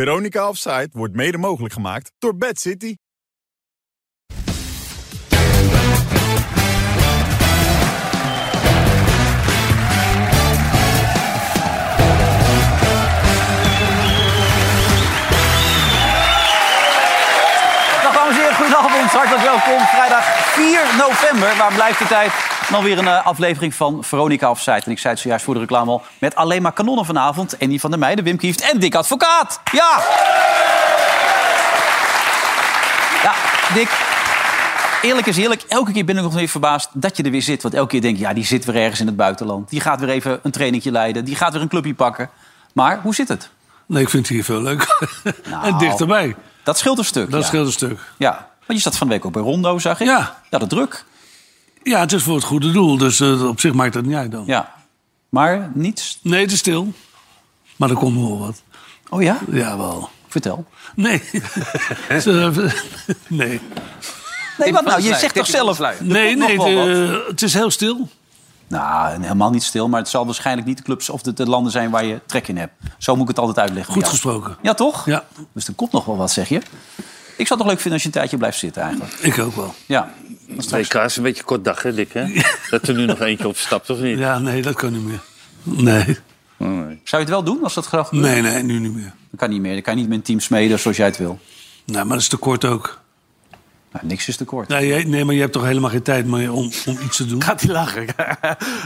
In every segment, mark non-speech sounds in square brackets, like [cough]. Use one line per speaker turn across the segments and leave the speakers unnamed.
Veronica Offside wordt mede mogelijk gemaakt door Bad City.
Dag dames en heren, goedenavond. Hartelijk welkom. Vrijdag 4 november, waar blijft de tijd? Dan weer een eh, aflevering van Veronica Offside. En ik zei het zojuist voor de reclame al, met alleen maar kanonnen vanavond. Andy van der Meijden, Wim Kieft en Dick Advocaat. Ja! Ja, Dick, eerlijk is eerlijk. Elke keer ben ik nog even verbaasd dat je er weer zit. Want elke keer denk je, ja, die zit weer ergens in het buitenland. Die gaat weer even een trainingje leiden. Die gaat weer een clubje pakken. Maar hoe zit het?
Nee, ik vind het hier veel leuker. en dichterbij.
Dat scheelt een stuk.
Dat
Nou. ja.
scheelt een stuk.
Ja, want je zat van de week ook bij Rondo, zag ik.
Ja.
Ja, de druk.
Ja, het is voor het goede doel, dus eh, op zich maakt het niet uit dan.
Ja. Maar niets.
Nee, het is stil. Maar er komt wel wat.
Oh ja?
Ja, wel.
Vertel. [laughs]
Nee. Ze- nee.
Nee, wat nou? Je
sluier,
zegt toch
tipje van de
zelf...
sluier.
er
Nee,
komt nog
nee,
wel wat.
het, eh, het is heel stil.
Nou, helemaal niet stil, maar het zal waarschijnlijk niet de clubs of de, de landen zijn waar je trek in hebt. Zo moet ik het altijd uitleggen.
Goed
Ja.
gesproken.
Ja, toch?
Ja.
Dus er komt nog wel wat, zeg je. Ik zou het toch leuk vinden als je een tijdje blijft zitten eigenlijk.
Ik ook wel.
Ja.
WK is een beetje kort dag, hè, Dick? Hè? Dat er nu nog eentje opstapt, of niet?
Ja, nee, dat kan niet meer. Nee.
Zou je het wel doen als dat graag
Nee, nee, nu niet meer.
Dat kan niet meer. Dan kan je niet met een team smeden zoals jij het wil.
Nee, maar dat is te kort ook.
Nou, niks is te kort.
Nee, jij- nee, maar je hebt toch helemaal geen tijd meer om, om iets te doen?
Gaat hij lachen?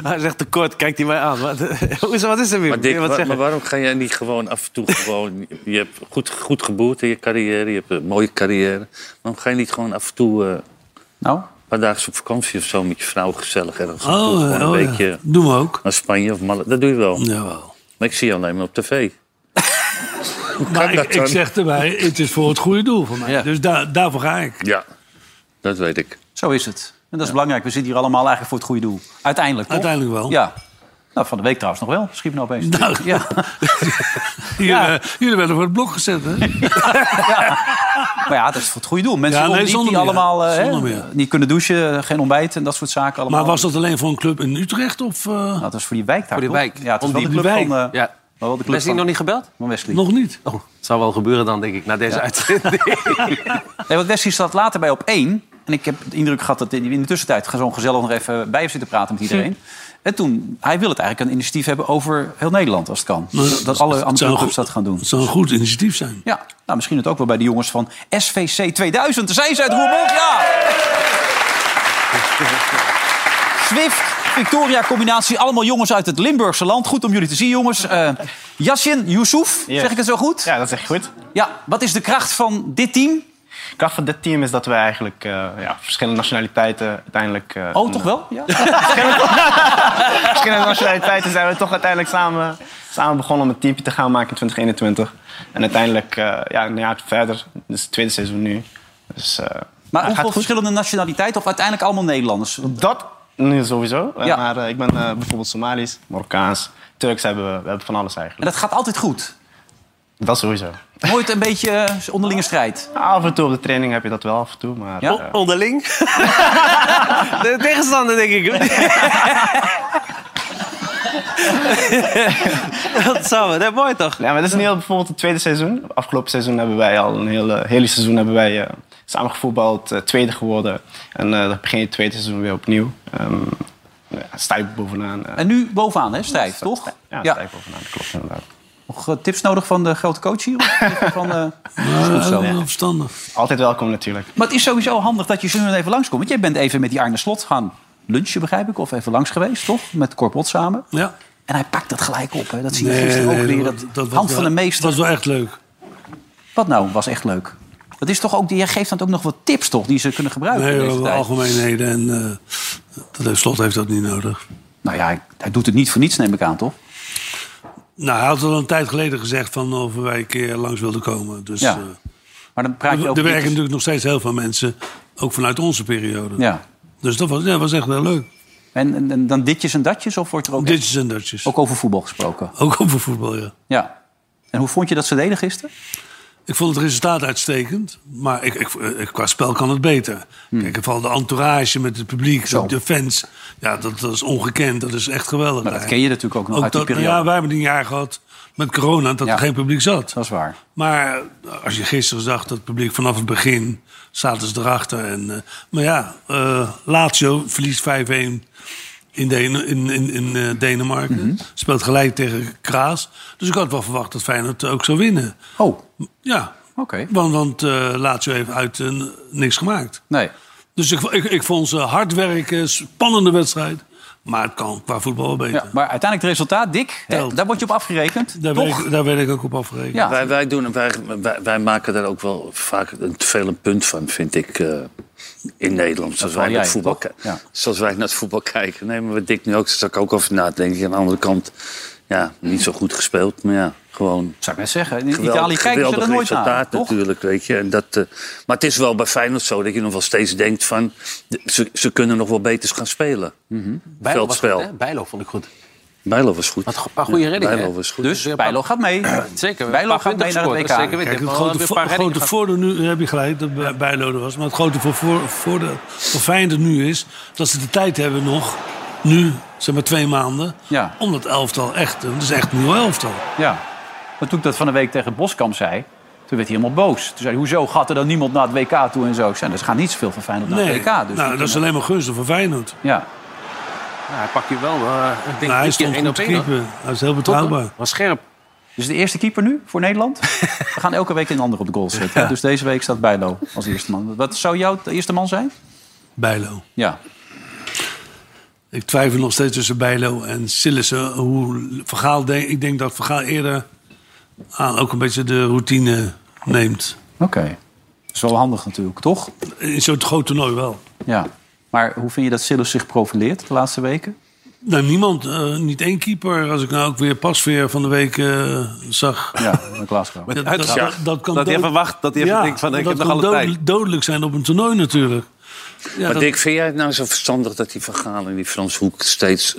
hij zegt tekort, kijkt hij mij aan. Wat, hoe is- wat is er weer?
Maar, Dick,
Wil je wat
wa-
zeggen?
maar waarom ga jij niet gewoon af en toe gewoon... Je hebt goed, goed geboerd in je carrière, je hebt een mooie carrière. Waarom ga je niet gewoon af en toe eh,
Nou,
een paar dagen op vakantie of zo... met je vrouw gezellig ergens naartoe?
Oh,
Gewoon
eh,
een
oh ja.
beetje
Doen we ook.
naar Spanje of Malle. Dat doe je wel.
Jawel.
Maar ik zie je alleen maar op tv.
Maar
dat
Nou, ik, ik
dan?
zeg erbij, het is voor het goede doel voor mij.
Ja.
Dus da- daarvoor ga ik.
Ja, dat weet ik.
zo is het. En dat is belangrijk. We zitten hier allemaal eigenlijk voor het goede doel. Uiteindelijk, toch?
Uiteindelijk wel.
Ja. Nou, van de week trouwens nog wel. Schiet me nou opeens.
Nou.
Ja.
[laughs] Hier, eh, jullie werden voor het blok gezet, hè?
Maar ja, dat is voor het goede doel. Mensen
Ja, nee,
om die,
zonder
die
meer.
allemaal eh,
Zonder
hè,
meer.
niet kunnen douchen, geen ontbijt en dat soort zaken allemaal.
Maar was dat alleen voor een club in Utrecht of eh,
Nou, dat is voor die wijk daar,
Voor die
toch?
wijk.
Ja, het is
Om
wel de
die
club
wijk.
van... eh,
Ja.
wel de club
Wesley
van,
nog niet gebeld?
van Wesley.
nog niet?
Het zou wel gebeuren dan, denk ik, na deze uitzending.
Nee, want Wesley staat later bij op één. En ik heb de indruk gehad dat in in de tussentijd zo'n gezellig nog even bij heeft zitten praten met
Hm.
iedereen. En toen, hij wil het eigenlijk een initiatief hebben over heel Nederland, als het kan.
Maar
dat alle
Nou, het
andere
zou
clubs
goed-
dat gaan doen.
Het zou een goed initiatief zijn.
Ja, nou, misschien het ook wel bij de jongens van SVC 2000. Daar zijn ze uit Roermond, ja! Swift, Victoria, combinatie. Allemaal jongens uit het Limburgse land. Goed om jullie te zien, jongens. Eh Yassin Youssouf,
Yes.
zeg ik het zo goed? Ja.
Ja, dat is echt goed.
wat is de kracht van dit team?
De kracht van dit team is dat we eigenlijk eh, ja, verschillende nationaliteiten uiteindelijk... eh,
Oh, toch wel? Ja.
[laughs] verschillende nationaliteiten zijn we toch uiteindelijk samen, samen begonnen om een teampje te gaan maken in 2021. En uiteindelijk, eh, ja, een jaar verder, dus het tweede seizoen nu. Dus, eh,
Maar
het gaat
hoeveel
goed.
verschillende nationaliteiten of uiteindelijk allemaal Nederlanders?
Dat nu sowieso. Eh,
Ja.
Maar eh, ik ben eh, bijvoorbeeld Somalisch, Marokkaans, Turks hebben we. We hebben van alles
En
eigenlijk.
dat gaat altijd goed.
Dat sowieso.
Nooit een beetje eh, onderlinge strijd.
Af en toe op de training heb je dat wel af en toe, maar...
Ja?
eh,
[laughs] Onderling. [laughs] de tegenstander, denk ik. [laughs] dat zou dat mooi toch?
Ja, maar dit is een heel, bijvoorbeeld het tweede seizoen. Afgelopen seizoen hebben wij al een hele, hele seizoen hebben wij, eh, samen gevoetbald, eh, tweede geworden. En eh, dan begin je het tweede seizoen weer opnieuw. Ehm ja, sta je bovenaan. eh.
En nu bovenaan, hè? Strijd, toch?
ja, sta je bovenaan, dat klopt inderdaad.
Nog eh, tips nodig van de grote coach hier? Of van, eh,
Ja, wel verstandig.
Altijd welkom natuurlijk.
Maar het is sowieso handig dat je zo even langskomt. Want jij bent even met die Arne Slot gaan lunchen, begrijp ik. Of even langs geweest, toch? Met Corpot samen.
Ja.
En hij pakt dat gelijk op. Hè. Dat zie je gisteren ook weer. Dat,
was
hand
wel-
van de meester.
was wel echt leuk.
Wat nou was echt leuk? Dat is toch ook, jij geeft dan ook nog wat tips toch, die ze kunnen gebruiken
Nee,
in
we
deze
hebben
tijd.
algemeenheden en eh, dat heeft, slot heeft dat niet nodig.
Nou ja, hij, hij doet het niet voor niets, neem ik aan, toch?
Nou, hij had al een tijd geleden gezegd van of wij een keer langs wilden komen. Dus
Ja.
eh,
Maar dan praat je
er
ook...
werken natuurlijk nog steeds heel veel mensen, ook vanuit onze periode.
Ja.
Dus dat was, ja, was echt heel leuk.
En, en, en dan ditjes en datjes? Of wordt er ook,
Ditjes en datjes.
ook over voetbal gesproken?
Ook over voetbal, ja.
Ja. En hoe vond je dat ze deden gisteren?
Ik vond het resultaat uitstekend, maar ik, ik, eh, qua spel kan het beter.
Hmm.
Kijk, vooral de entourage met het publiek, de fans. Ja, dat, dat is ongekend, dat is echt geweldig.
Maar dat ken je natuurlijk ook nog uit die
dat,
periode.
Ja, wij hebben een jaar gehad met corona dat
Ja.
er geen publiek zat.
Dat is waar.
Maar eh, als je gisteren zag dat het publiek vanaf het begin zaten ze erachter. En, eh, maar ja, eh Lazio verliest 5-1 in, Dene- in, in, in eh, Denemarken.
Mhm.
Speelt gelijk tegen Kraas. Dus ik had wel verwacht dat Feyenoord ook zou winnen.
Oh, oké.
Ja, want, want eh, Lazio heeft uit eh, niks gemaakt.
Nee.
Dus ik, ik, ik vond ze hard werken, spannende wedstrijd. Maar het kan qua voetbal wel beter.
Ja, maar uiteindelijk het resultaat, Dick, hè,
Telt.
daar word je op afgerekend.
Daar,
toch?
werd ik, daar werd ik ook op afgerekend.
Ja.
Wij, wij, doen, wij, wij, wij maken daar ook wel vaak een, te veel een punt van, vind ik, eh, in Nederland. Zoals
val
wij, naar
jij,
het voetbal,
toch?
ki-
Ja.
zoals wij naar het voetbal kijken. Nee, maar wat Dick nu ook, daar zat ik ook over na te denken. Aan de andere kant, ja, niet zo goed gespeeld, maar ja, gewoon...
Zou ik net zeggen. In
Geweldig-
Italië kijken ze er
geweldig
nooit naar,
resultaat
toch?
natuurlijk, weet je. En dat, eh, maar het is wel bij Feyenoord zo dat je nog wel steeds denkt van... de- ze, ze kunnen nog wel beter gaan spelen.
Mhm.
Bijlo was
Veldspel.
goed, hè? Bijlo vond ik goed.
Bijlo was goed.
Had een paar goede reddingen.
Bijlo
hè?
was goed.
Dus Bijlo gaat
[clears throat]
mee.
eh, Zeker.
Bijlo
een paar
gaat mee naar het
punten
WK.
gescoord, dat is Zeker weten.
Kijk,
Ik
het
heb wel
grote,
Oh, weer een
vo-
paar reddingen
grote
gehad.
voordeel nu heb je gelijk dat bij- Bijlo er was. Maar het grote voor, voor, voordeel voor Feyenoord nu is dat ze de tijd hebben nog, nu zeg maar twee maanden,
Ja.
om dat elftal echt, dat is echt een nieuw elftal.
Ja. Maar toen ik dat van de week tegen Boskamp zei, toen werd hij helemaal boos. Toen zei hij, hoezo gaat er dan niemand naar het WK toe en zo? Ik zei, "Nou, er gaat niet zoveel van Feyenoord naar
nee,
het WK. Dus
nou, dat is alleen maar gunstig voor Feyenoord.
Ja.
Ja, hij pakt hier wel eh, een ding
Nou, hij
dit keer
stond
één
goed
op
te
één. hoor.
keeper. Hij is heel
Top, hoor.
betrouwbaar.
Was scherp.
Dus de eerste keeper nu voor Nederland? We gaan elke week een ander op de goal zetten.
[laughs]
hè? Dus deze week staat Bijlo als eerste man. Wat zou jouw eerste man zijn?
Bijlo.
Ja.
Ik twijfel nog steeds tussen Bijlo en Sillissen. Hoe Vergaal denk, ik denk dat Vergaal eerder aan ook een beetje de routine neemt.
Oké. Dat is wel handig natuurlijk, toch?
In zo'n groot toernooi wel.
Ja. Maar hoe vind je dat Silas zich profileert de laatste weken?
Nou, niemand. eh, niet één keeper. Als ik nou ook weer Pasveer van de week eh, zag.
Ja, met Glasgow.
Dat,
uitslag. Dat
kan
hij
dood-
even wacht, dat hij even
Ja,
denkt van, ik
dat
heb nog
kan
alle tijd.
dodelijk- dodelijk zijn op een toernooi natuurlijk. Ja,
maar
dat-
Dick, vind jij het nou zo verstandig dat die Van Gaal en die Frans Hoek steeds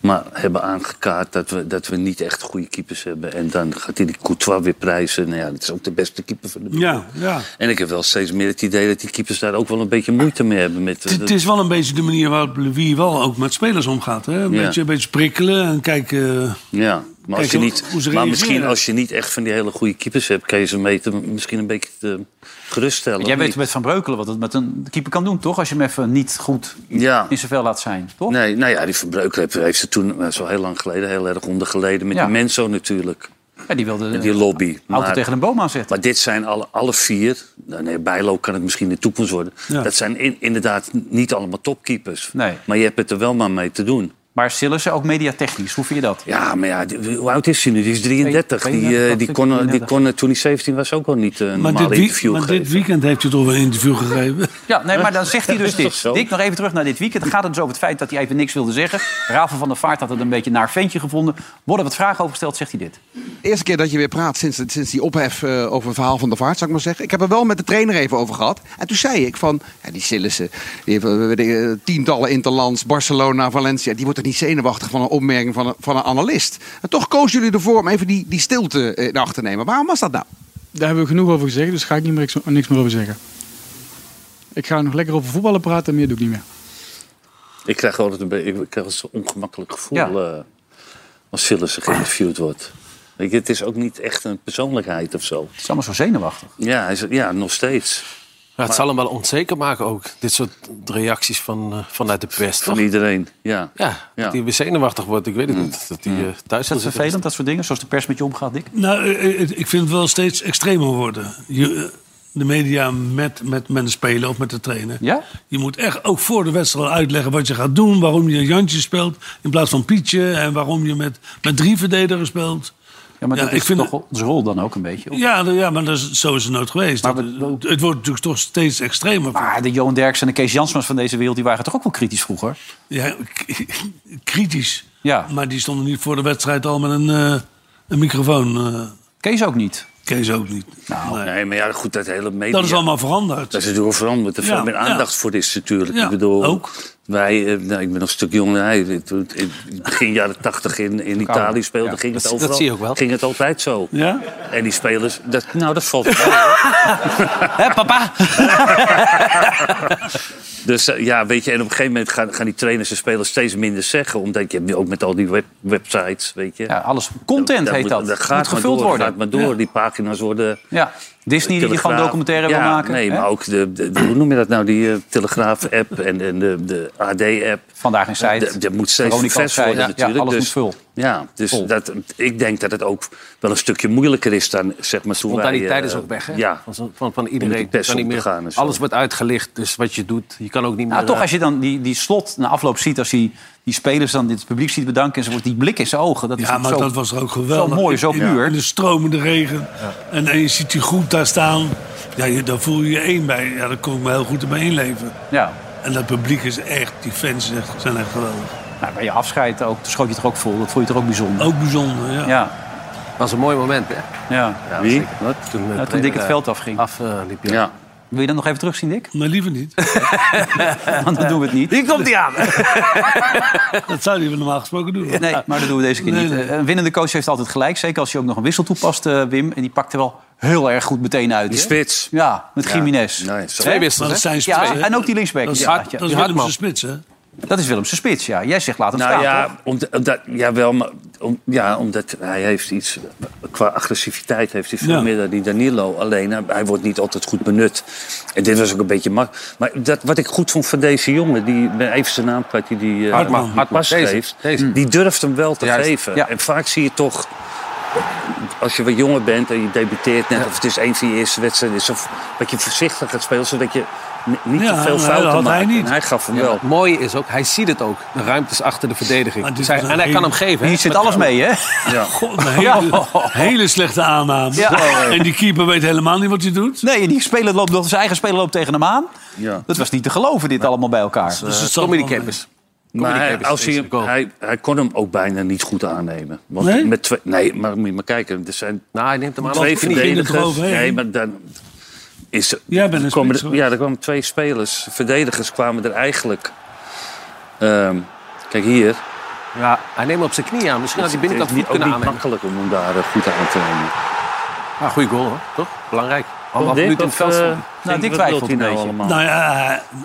maar hebben aangekaart dat we, dat we niet echt goede keepers hebben. En dan gaat hij die Courtois weer prijzen. Nou ja, dat is ook de beste keeper van de wereld.
ja, ja.
En ik heb wel steeds meer het idee dat die keepers daar ook wel een beetje moeite mee hebben. Met,
Het, het is wel een beetje de manier waarop Louis wel ook met spelers omgaat. Hè? Een,
Ja.
beetje, een beetje prikkelen en kijken. eh,
ja, maar, als
Kijk,
je
hoe-
niet,
hoe ze
maar
reageren.
misschien als je niet echt van die hele goede keepers hebt... kan je ze mee te- misschien een beetje te geruststellen.
Jij
of
weet
niet?
met Van Breukelen wat het met een keeper kan doen, toch? Als je hem even niet goed
Ja.
in zoveel laat zijn, toch?
Nee, nou ja, die Van Breukelen heeft- heeft ze toen, eh, zo heel lang geleden, heel erg ondergeleden. Met
Ja.
die Menso natuurlijk,
Ja, die wilde
die lobby.
auto tegen een boom aanzetten.
Maar dit zijn alle, alle vier. nou Nee, Bijlo kan het misschien in de toekomst worden.
Ja.
Dat zijn in- inderdaad niet allemaal topkeepers.
Nee.
Maar je hebt het er wel maar mee te doen.
Maar Sillissen, ook mediatechnisch, hoe vind je dat?
Ja, maar ja, die- hoe oud is hij nu? Die is 33. Die,
32,
eh, die, kon, eh, die kon eh, toen hij 17 was ook al niet eh, een
Maar, dit,
normaal
wie-
interview
maar dit
geven.
weekend heeft je toch wel een interview gegeven. [laughs]
Ja, nee, maar dan zegt [laughs] hij dus
toch
dit.
zo?
Dick, nog even terug naar dit weekend. Dan gaat het dus over het feit dat hij even niks wilde zeggen. Rafael van der Vaart had het een beetje naar ventje gevonden. Worden wat vragen overgesteld, zegt hij dit.
De eerste keer dat je weer praat sinds, sinds die ophef eh, over het verhaal van de vaart, zou ik maar zeggen. Ik heb er wel met de trainer even over gehad. En toen zei ik van, ja, die Sillissen, die heeft eh, weet ik, eh, tientallen interlands, Barcelona, Valencia. Die wordt er niet zenuwachtig van een opmerking van een, van een analist. En toch kozen jullie ervoor om even die, die stilte eh, in acht te nemen. Waarom was dat nou?
Daar hebben we genoeg over gezegd, dus ga ik niet meer, niks- niks meer over zeggen. Ik ga nog lekker over voetballen praten, meer doe ik niet meer.
Ik krijg altijd een beetje ik krijg altijd zo'n ongemakkelijk gevoel
Ja.
eh, als Sillissen geïnterviewd wordt. Weet je, het is ook niet echt een persoonlijkheid of zo.
Het is allemaal zo zenuwachtig.
Ja, hij is- ja nog steeds.
Ja, het zal hem wel onzeker maken ook. Dit soort reacties van, eh, vanuit de pers.
Van
toch?
iedereen. Ja.
Ja,
Ja.
dat hij weer zenuwachtig wordt. Ik weet het niet. Dat hij eh, thuis
Is dat
wil zitten.
vervelend, dat soort dingen? Zoals de pers met je omgaat, Dick?
Nou, eh, eh, ik vind het wel steeds extremer worden. Je, eh, de media met, met, met de speler of met de trainer.
Ja?
Je moet echt ook voor de wedstrijd al uitleggen wat je gaat doen. Waarom je Jantje speelt in plaats van Pietje. En waarom je met, met drie verdedigers speelt.
Ja, maar
Ja,
dat is
ik vind
toch
het-
onze rol dan ook een beetje. of?
Ja, nou ja maar dat is, zo is het nooit geweest.
Maar
Dat-
we-
het wordt natuurlijk toch steeds extremer.
Maar de Johan Derksen en de Kees Jansmans van deze wereld... die waren toch ook wel kritisch vroeger?
Ja, [laughs] k- kritisch.
Ja.
Maar die stonden niet voor de wedstrijd al met een, eh, een microfoon. eh
Kees ook niet.
Kees ook niet.
Nou,
Nee.
Nee, maar ja, goed, dat hele media...
Dat is allemaal veranderd.
Dat is natuurlijk veranderd. Er
Ja,
veel meer aandacht
ja.
voor is natuurlijk.
Ja,
ik bedoel,
ook.
we- Wij, eh, nou, ik ben nog een stuk jonger dan hij. eh, Toen- in Begin jaren tachtig in, in Italië speelde, ging het
Dat- dat
overal.
zie je ook wel.
Ging het altijd zo.
Ja?
En die spelers, dat, nou dat valt
[laughs]
wel. hoor.
Hè, papa?
Dus eh, ja, weet je, en op een gegeven moment gaan, gaan die trainers en spelers steeds minder zeggen. Omdat je hebt nu ook met al die web- websites, weet je.
Ja, alles content
Daar
heet
moet-
dat.
daar
moet
gaat maar
gevuld
door,
worden.
Gaat maar door. Die pagina's worden...
Ja, Disney die
Telegraaf.
gewoon documentaire wil
Ja,
maken.
Nee,
hè?
maar ook de, de- de- hoe noem je dat nou? Die eh, Telegraaf-app en, en de, de AD-app.
Vandaag in Site.
De- Dat moet steeds
Veronica
ververs
op Site.
worden
Ja,
natuurlijk.
ja, alles
dus,
moet vul.
Ja, dus dat, ik denk dat het ook wel een stukje moeilijker is dan zeg maar toen wij...
Spontaniteit
eh,
is ook weg, hè?
Ja,
Van, zo- van, van
Om
iedereen.
met die pers
Kan niet
om te
meer-
gaan en zo.
alles wordt uitgelicht, dus wat je doet. Je kan ook niet meer...
Nou, toch,
eh,
als je dan die, die slot na afloop ziet, als hij die spelers dan dit publiek ziet bedanken enzovoort, die blik in zijn ogen, dat is
Ja,
toch
maar
zo,
dat was er ook geweldig.
zo mooi, zo
In-
puur.
In de stromende regen. En, en je ziet die groep daar staan. Ja, je, daar voel je je één bij. Ja, daar kon ik me heel goed in inleven.
Ja.
En dat publiek is echt, die fans is echt- zijn echt geweldig.
Nou, bij je afscheid ook, schoot je het er ook vol. Dat vond je toch ook bijzonder.
Ook bijzonder, Oh, ja.
Ja,
was een mooi moment, hè?
ja.
wie? Wat?
Toen, eh,
Nou, toen
trainer,
Dick het
eh,
veld afging.
Ah.
Af, eh, liep, ja.
Ja.
Wil je dat nog even terugzien, Dick?
Maar liever
[laughs]
niet. Eh,
Want dan doen we het niet.
Hier komt hij aan.
Dat zouden we normaal gesproken
[laughs]
doen.
Nee, maar dat doen we deze keer
Nee,
niet.
nee.
Eh, Een winnende coach heeft altijd gelijk. Zeker als je ook nog een wissel toepast, eh, Wim. En die pakt er wel heel erg goed meteen uit.
Die
hè?
spits.
Ja, met Jiménez. Ja,
Nee, zo.
Twee
Maar dat
wissels, hè?
zijn spitsen.
ja,
hè?
en ook die linksback.
Dat is,
Ja, ja.
dat is Willemse spits, hè?
Dat is Willemse spits, ja. Jij zegt laat hem
Nou
staan,
ja,
toch?
omdat, omdat, jawel, maar, om, ja, omdat hij heeft iets... Qua agressiviteit heeft hij veel
Ja.
meer dan die Danilo. Alleen, hij- hij wordt niet altijd goed benut. En dit was ook een beetje mak. Maar dat, wat ik goed vond van deze jongen... die ben even zijn naam kwijt, die die eh,
Hartman. Hartman.
pas
Deze,
geeft...
deze.
die durft hem wel te
Juist,
geven.
ja.
En vaak zie je toch... Als je wat jonger bent en je debuteert net... of het is een van je eerste wedstrijden... is, of dat je voorzichtig gaat spelen... zodat je n- niet
Ja,
te
nou,
veel
dat
fouten
had
maakt.
hij niet.
En hij gaf hem wel.
Het mooie is ook, hij ziet het ook. De ruimtes achter de
Maar
verdediging.
dit
Zij-
was een
en hij kan
hele-
hem geven. hè?
Hier zit alles mee, hè? [laughs]
God, een hele, hele slechte aanname. En die keeper weet helemaal niet wat hij doet.
Nee, en die speler loopt, nog- zijn eigen speler loopt tegen hem aan.
Ja.
Dat was niet te geloven, dit allemaal bij elkaar.
eh,
Dus het zal
Eh, Tommy die
wel-
Campus.
Maar hij,
Campus
als
is
hij,
de goal.
hij, hij kon hem ook bijna niet goed aannemen. Want
Nee?
Met twee, nee, maar moet je maar kijken. Er zijn
Nou, hij neemt hem aan.
twee
als knie.
verdedigers. er
verdedigers.
overheen.
Nee, maar dan is,
Jij bent een
komen
spits,
er,
hoor.
Ja, er kwamen twee spelers. Verdedigers kwamen er eigenlijk... ehm, kijk hier.
Ja, hij neemt hem op zijn knie aan. Misschien had hij Nou, binnenkant
het is
goed
niet, ook
kunnen
niet
aannemen.
makkelijk om hem daar eh, goed aan te nemen.
Maar goede Ah, goal, hoor. toch? Belangrijk. Anderhalf
Dit
minuut in het
of,
veld.
eh,
staan.
denk-
Dick
wat
twijfelt
lult hij
een
nou
beetje.
allemaal?
Nou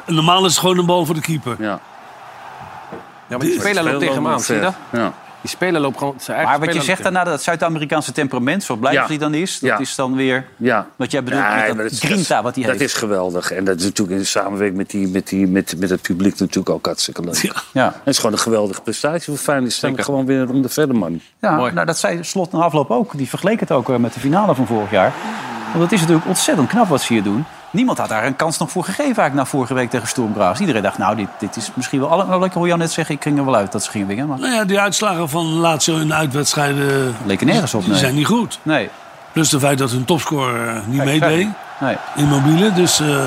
ja, normaal is het gewoon een bal voor de keeper.
ja.
Ja, maar die speler loopt Nou, tegen hem aan, zie je dat?
Ja.
Die speler loopt gewoon zijn eigen
Maar wat je
speler
zegt
loopt
daarna, dat Zuid-Amerikaanse temperament, zo blij
Ja.
als die dan is, dat
Ja.
is dan weer
Ja.
wat jij bedoelt
Ja, maar
met dat
is-
grinta wat hij
dat
heeft.
is geweldig. En dat is natuurlijk in samenwerking met, die, met, die, met, met het publiek natuurlijk ook hartstikke leuk.
Ja.
Ja,
Het is gewoon een geweldige prestatie voor Feyenoord. Ze staan
Zeker.
gewoon weer om de verder, man.
ja
Mooi.
nou, dat zei Slot na afloop ook. Die vergeleek het ook eh, met de finale van vorig jaar. Want dat is natuurlijk ontzettend knap wat ze hier doen. Niemand had daar een kans nog voor gegeven eigenlijk na vorige week tegen Sturm Graz. Iedereen dacht, nou, dit, dit is misschien wel... alle- Nou, ik hoor jou net zeggen, ik ging er wel uit dat ze gingen winnen. Maar
Nou ja, die uitslagen van Lazio in de uitwedstrijden eh,
leken nergens op,
die
nee.
zijn niet goed.
Nee,
Plus de feit dat hun topscorer eh, niet
Kijk,
meedeed.
nee.
Immobiele, dus... eh,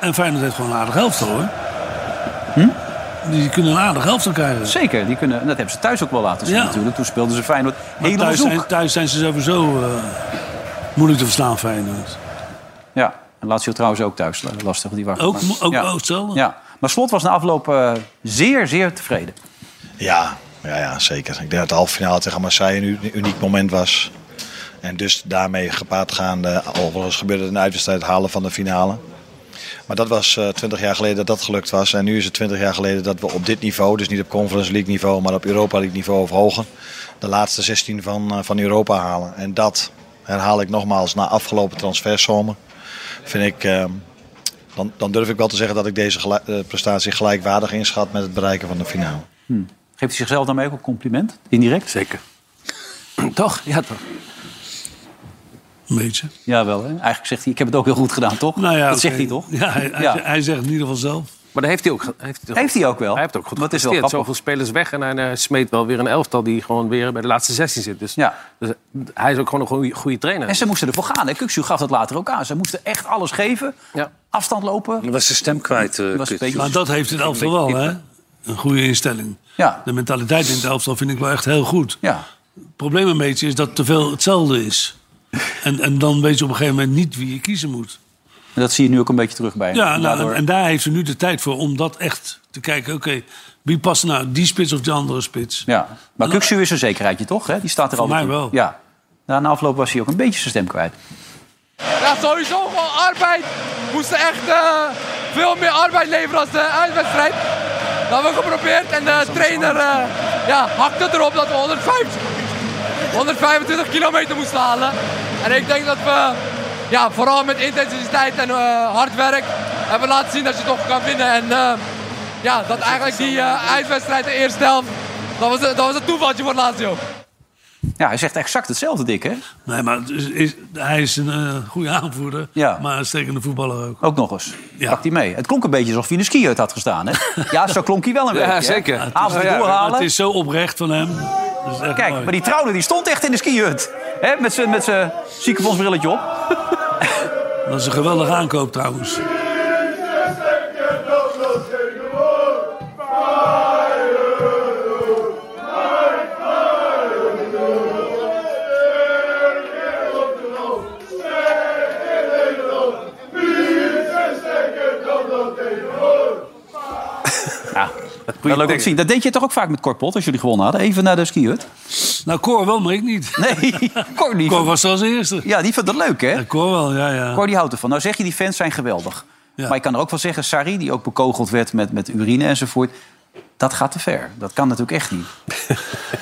en Feyenoord heeft gewoon een aardig helftal, hoor.
Hm?
Die kunnen een aardig helftal krijgen.
Zeker, die kunnen, en dat hebben ze thuis ook wel laten zien
Ja.
natuurlijk. Toen speelden ze Feyenoord
Maar
helemaal
thuis
zoek.
zijn, thuis zijn ze sowieso eh, moeilijk te verslaan, Feyenoord.
Ja, en Lazio trouwens ook thuis eh, lastig. Die waren
Ook,
maar-
ook,
ja.
ook hetzelfde.
Ja, maar Slot was na afloop eh, zeer, zeer tevreden.
Ja, ja, ja, zeker. Ik denk dat de halve finale tegen Marseille een u- uniek moment was. En dus daarmee gepaard gaande, overigens gebeurde het in de uitwedstrijd het halen van de finale. Maar dat was eh, twintig jaar geleden dat dat gelukt was. En nu is het twintig jaar geleden dat we op dit niveau, dus niet op Conference League niveau, maar op Europa League niveau of hoger, de laatste 16 van, eh, van Europa halen. En dat herhaal ik nogmaals na afgelopen transferzomer. Vind ik, eh, dan, dan durf ik wel te zeggen dat ik deze gelijk- eh, prestatie gelijkwaardig inschat met het bereiken van de finale.
Geeft hij zichzelf daarmee ook een compliment? Indirect?
Zeker. Toch? Ja, toch.
Een beetje.
Jawel, hè? eigenlijk zegt hij, ik heb het ook heel goed gedaan, toch?
Nou ja,
dat
oké.
zegt hij toch?
Ja, hij, hij-
Ja.
hij zegt in ieder geval zelf.
Maar dat heeft hij ook. ge- Heeft hij, toch-
Heeft hij ook wel.
Hij heeft ook goed
Dat is wel
gepresteerd.
grappig.
Zoveel spelers weg en hij eh, smeet wel weer een elftal die gewoon weer bij de laatste 16 zit. Dus,
Ja.
dus hij is ook gewoon een goede, goede trainer.
En ze moesten ervoor gaan. hè? Kuksu gaf dat later ook aan. Ze moesten echt alles geven.
Ja.
Afstand lopen.
Dan was zijn stem kwijt. eh,
was een
Kut.
beetje-
Maar dat heeft het elftal wel, hè? Een goede instelling.
Ja.
De mentaliteit in het elftal vind ik wel echt heel goed.
Ja.
Het probleem een beetje is dat te veel hetzelfde is. En, en dan weet je op een gegeven moment niet wie je kiezen moet.
En dat zie je nu ook een beetje terug bij hem.
Ja, nou,
Daardoor-
en, en daar heeft ze nu de tijd voor om dat echt te kijken. Oké, wie past nou, die spits of die andere spits?
ja. Maar Kuksu is een zekerheidje toch? Hè? Die staat er
Voor
altijd
mij
in.
wel.
Ja. Na na afloop was hij ook een beetje zijn stem kwijt.
Ja, sowieso gewoon arbeid. We moesten echt eh, veel meer arbeid leveren als de uitwedstrijd. Dat hebben we geprobeerd en de trainer eh, ja, hakte erop dat we 150, 125 kilometer moesten halen. En ik denk dat we ja, vooral met intensiteit en eh, hard werk hebben laten zien dat je toch kan winnen. En eh, ja, dat eigenlijk die eh, uitwedstrijd, de eerste helft, dat was, dat was een toevaltje voor Lazio.
Ja, hij zegt exact hetzelfde, Dick. Hè?
Nee, maar het is, is- hij is een eh, goede aanvoerder,
Ja.
maar een uitstekende voetballer ook.
Ook nog eens.
Ja.
Pakt hij mee. Het klonk een beetje alsof hij in een ski-hut had gestaan.
[laughs]
Hè? Ja, zo klonk hij wel een
Ja,
beetje. hè?
zeker.
Avond
Ja, ja,
Maar
doorhalen.
Oh het is zo oprecht van hem. Dat is echt
Kijk,
mooi.
maar die trouwde die stond echt in de skihut. hè, met zijn met zijn ziekenfondsbrilletje op.
Dat is een geweldige aankoop trouwens.
Nou, leuk om te zien. Dat deed je toch ook vaak met Korpot als jullie gewonnen hadden? Even naar de skihut.
Nou, Cor wel, maar ik niet.
Nee, [laughs] Cor die,
Cor was er als eerste.
ja, die vindt dat leuk, hè?
Ja, Cor wel, ja, ja.
Cor die houdt ervan. Nou zeg je, die fans zijn geweldig.
Ja.
Maar je kan er ook wel zeggen, Sarri, die ook bekogeld werd met, met urine enzovoort... dat gaat te ver. Dat kan natuurlijk echt niet.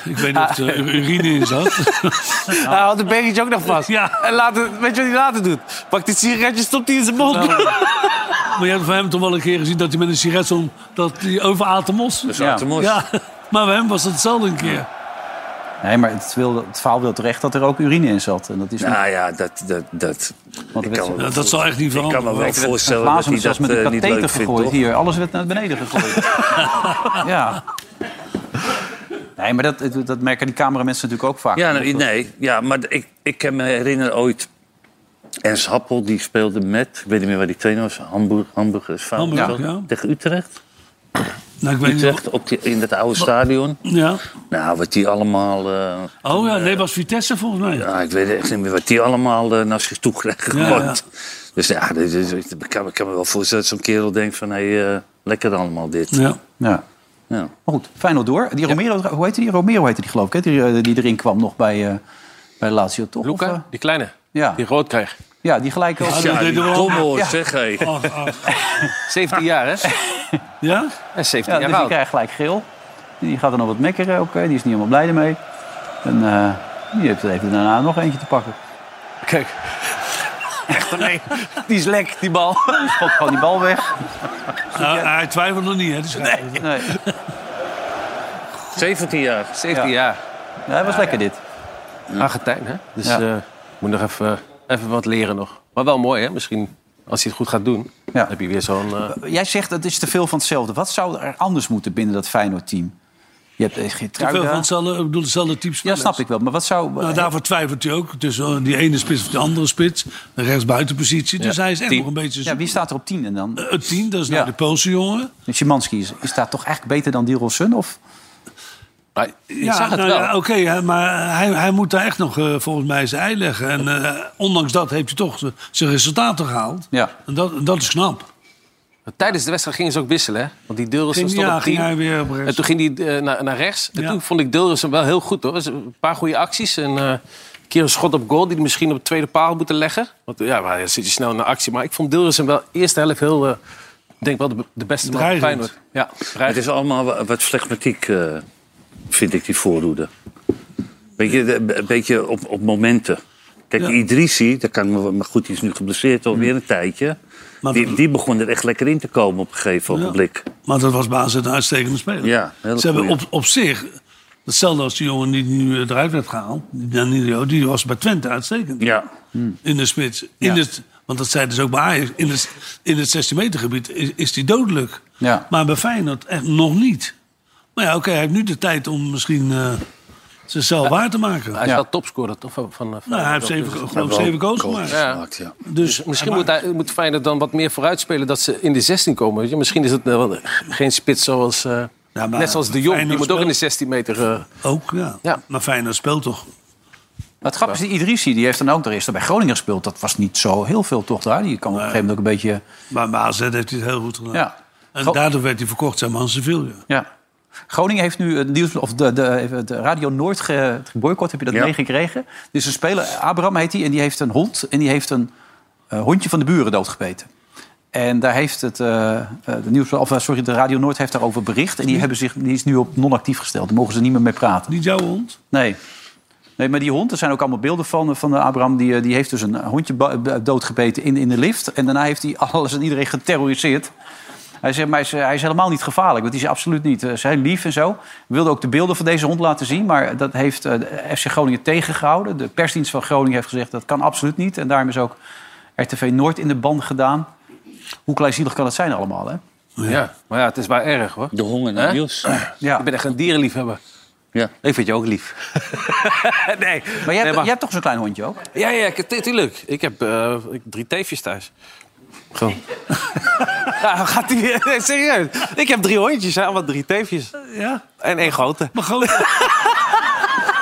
Ik weet niet of er
Ah.
urine in zat.
Hij had een bekertje ook nog vast.
Ja.
En later, weet je wat hij later doet? Pakt die sigaretje, stopt hij in zijn mond.
Nou, [laughs] Maar je hebt van hem toch wel een keer gezien dat hij met een sigaret stond... dat hij over Atemos.
Dus ja. Atemos.
Ja, [laughs] maar bij hem was dat hetzelfde een keer.
Nee, maar het, wil, het verhaal wil terecht dat er ook urine in zat. En dat is niet-
Nou ja, dat... dat, dat
Want
ik
werd-
kan me wel
Ja, Nou, dat zal echt niet
Ik kan me
veranderen.
wel voorstellen dat
Blaas hem
hij dat
zelfs met
eh,
een
niet leuk
katheter
vindt,
gegooid.
toch?
Hier, alles werd naar beneden
[laughs]
gegooid. ja. Nee, maar dat, dat merken die cameramensen natuurlijk ook vaak.
Ja, nou, nee, ja, maar ik, ik kan me herinneren ooit... Ernst Happel, die speelde met... Ik weet niet meer waar die trainer was. Hamburg, Hamburg is fout.
Hamburg,
Zo,
ja.
Tegen Utrecht.
Nou, ik weet niet
Utrecht op die, in dat oude stadion.
of- ja.
Nou, wat die allemaal... eh,
Oh ja, nee, was Vitesse volgens mij.
ja, ik weet echt niet meer wat die allemaal eh, naar zich toe kregen
Ja,
gegooid. Dus ja, dat is- ik kan, ik kan me wel voorstellen dat zo'n kerel denkt van... Hé, hey, eh, lekker allemaal dit.
Ja.
Ja.
Ah,
Ja.
Maar goed, Feyenoord door. Die Romero, hoe heette die? Romero heette die geloof ik, hè? Die, eh, die erin kwam nog bij, eh bij Lazio, toch? Of, eh,
Luca, die kleine,
ja.
die rood kreeg.
ja, die gelijk ook.
dat
Ja,
deed
die
er wel-
dommel,
Ja.
zeg hé.
17 jaar,
[laughs]
hè?
Ja?
En 17 jaar
Ja, dus die
oud.
krijgt gelijk geel. Die gaat er nog wat mekkeren ook. hè. Die is niet helemaal blij ermee. En eh, die heeft er even daarna nog eentje te pakken.
Kijk. Echt alleen. Die is lek, die [laughs] bal.
Schot gewoon die bal weg.
Nou, hij twijfelt nog niet, hè? Dus
Nee.
17 jaar.
17 jaar.
Ja, dat was lekker dit.
Argentijn, hè? Dus
Ja.
eh moet nog even, eh, even wat leren nog. Maar wel mooi, hè? Misschien als hij het goed gaat doen,
Ja.
heb je weer zo'n... eh,
Jij zegt dat is te veel van hetzelfde. Wat zou er anders moeten binnen dat Feyenoord-team? Je hebt eh,
Te veel van
Geertruida.
hetzelfde, ik bedoel, hetzelfde type
Ja,
spelers.
snap ik wel. Maar wat zou...
Nou, daarvoor twijfelt hij ook tussen eh, die ene spits of die andere spits. De rechtsbuitenpositie. Dus hij is echt
Tien.
nog een beetje...
ja, wie staat er op 10 en dan?
Eh, Het tien, dat is nou
Ja.
de Poolse jongen.
Szymanski is, is daar toch eigenlijk beter dan Dirol Sun? Of?
maar ik
Ja,
zag het
nou
wel.
ja, oké, hè, maar hij, hij moet daar echt nog eh, volgens mij zijn ei leggen. En eh, ondanks dat heeft hij toch z- zijn resultaten gehaald.
Ja.
En dat, dat is knap.
Tijdens de wedstrijd gingen ze ook wisselen, hè? Want die Deurussen
Ging,
stond
ja,
op
ging
10.
hij weer op
En
rechts.
toen ging hij eh, naar, naar rechts. En
Ja.
toen vond ik Deurussen wel heel goed, hoor. Dus Een paar goede acties. En eh, een keer een schot op goal die hij misschien op de tweede paal moeten leggen. Want eh, ja, maar dan zit je snel naar actie. Maar ik vond Deurussen wel de eerste helft heel... eh, ik denk wel de, de beste man van
Dreigend.
Feyenoord. Ja,
Het is allemaal wa- wat flegmatiek, eh, vind ik, die voorhoede. Beetje, de- be- een beetje op, op momenten. Kijk,
Ja.
Idrisi, dat kan, ik me wel- maar goed, die is nu geblesseerd alweer een tijdje.
Maar
die,
dat-
die begon er echt lekker in te komen op een gegeven ogenblik.
Maar dat was basis een uitstekende speler.
Ja, hele
Ze hebben op,
goeie.
op zich... Hetzelfde als die jongen die nu eh, eruit werd gehaald. Die Danilo, die was bij Twente uitstekend.
Ja.
in de spits. In het, want dat zei dus ook bij Ajax. In het, in het 16 meter gebied is, is die dodelijk.
Ja.
Maar bij Feyenoord echt nog niet. Maar ja, oké, hij heeft nu de tijd om misschien eh, zichzelf waar te maken.
Hij is
Ja.
wel topscorer, toch? Van, van, van-
nou, hij heeft zeven, geloof ik zeven goals gemaakt.
gemaakt,
ja.
Dus,
Dus misschien moet, hij, moet Feyenoord dan wat meer vooruitspelen dat ze in de 16 komen. Weet je? Misschien is het eh, wel geen spits zoals... eh,
Ja, maar
net zoals de Jong, die
Feyenoord
moet ook in de
speelt-
16 meter... eh,
Ook, ja.
Ja.
Maar Feyenoord speelt toch
Maar het grappige is, die Idrissi die heeft dan ook de eerste bij Groningen gespeeld. Dat was niet zo heel veel, toch, daar? Die kan op een gegeven moment ook een beetje...
Maar bij AZ heeft hij het heel goed gedaan.
Ja.
En
Go-
daardoor werd hij verkocht zeg maar, aan Sevilla.
Ja. Groningen heeft nu het nieuws, of de, de, de Radio Noord ge- geboycott, heb je dat
Ja.
meegekregen? Dus een speler, Abraham heet hij, en die heeft een hond. En die heeft een eh, hondje van de buren doodgebeten. En daar heeft het, eh, eh, de nieuws, of eh, sorry, de Radio Noord heeft daarover bericht. En die, hebben zich, die is nu op non-actief gesteld. Daar mogen ze niet meer mee praten.
Niet jouw hond?
Nee. Nee, maar die hond, er zijn ook allemaal beelden van, van eh, Abraham. Die, eh, die heeft dus een hondje ba- ba- doodgebeten in, in de lift. En daarna heeft hij alles en iedereen geterroriseerd. Hij zegt, maar hij is, eh, hij is helemaal niet gevaarlijk. Want die is hij absoluut niet. Eh, Ze zijn lief en zo. We wilden ook de beelden van deze hond laten zien. Maar dat heeft eh, de FC Groningen tegengehouden. De persdienst van Groningen heeft gezegd, dat kan absoluut niet. En daarom is ook RTV Noord in de ban gedaan. Hoe kleinzielig kan het zijn allemaal, hè?
Ja. maar ja, het is wel erg hoor.
De honger naar
Hè?
Niels.
Ja.
Ik ben echt een dierenliefhebber.
Ja.
Ik vind je ook lief. nee.
Maar
nee,
jij hebt, jij hebt toch zo'n klein hondje ook?
Ja, ja, ik, tu- tuurlijk. Ik heb eh, ik- drie teefjes thuis. Gewoon. ja, gaat die... Nee, serieus. Ik heb drie hondjes, hè, allemaal drie teefjes.
Ja.
En één grote.
Maar geloof
[laughs]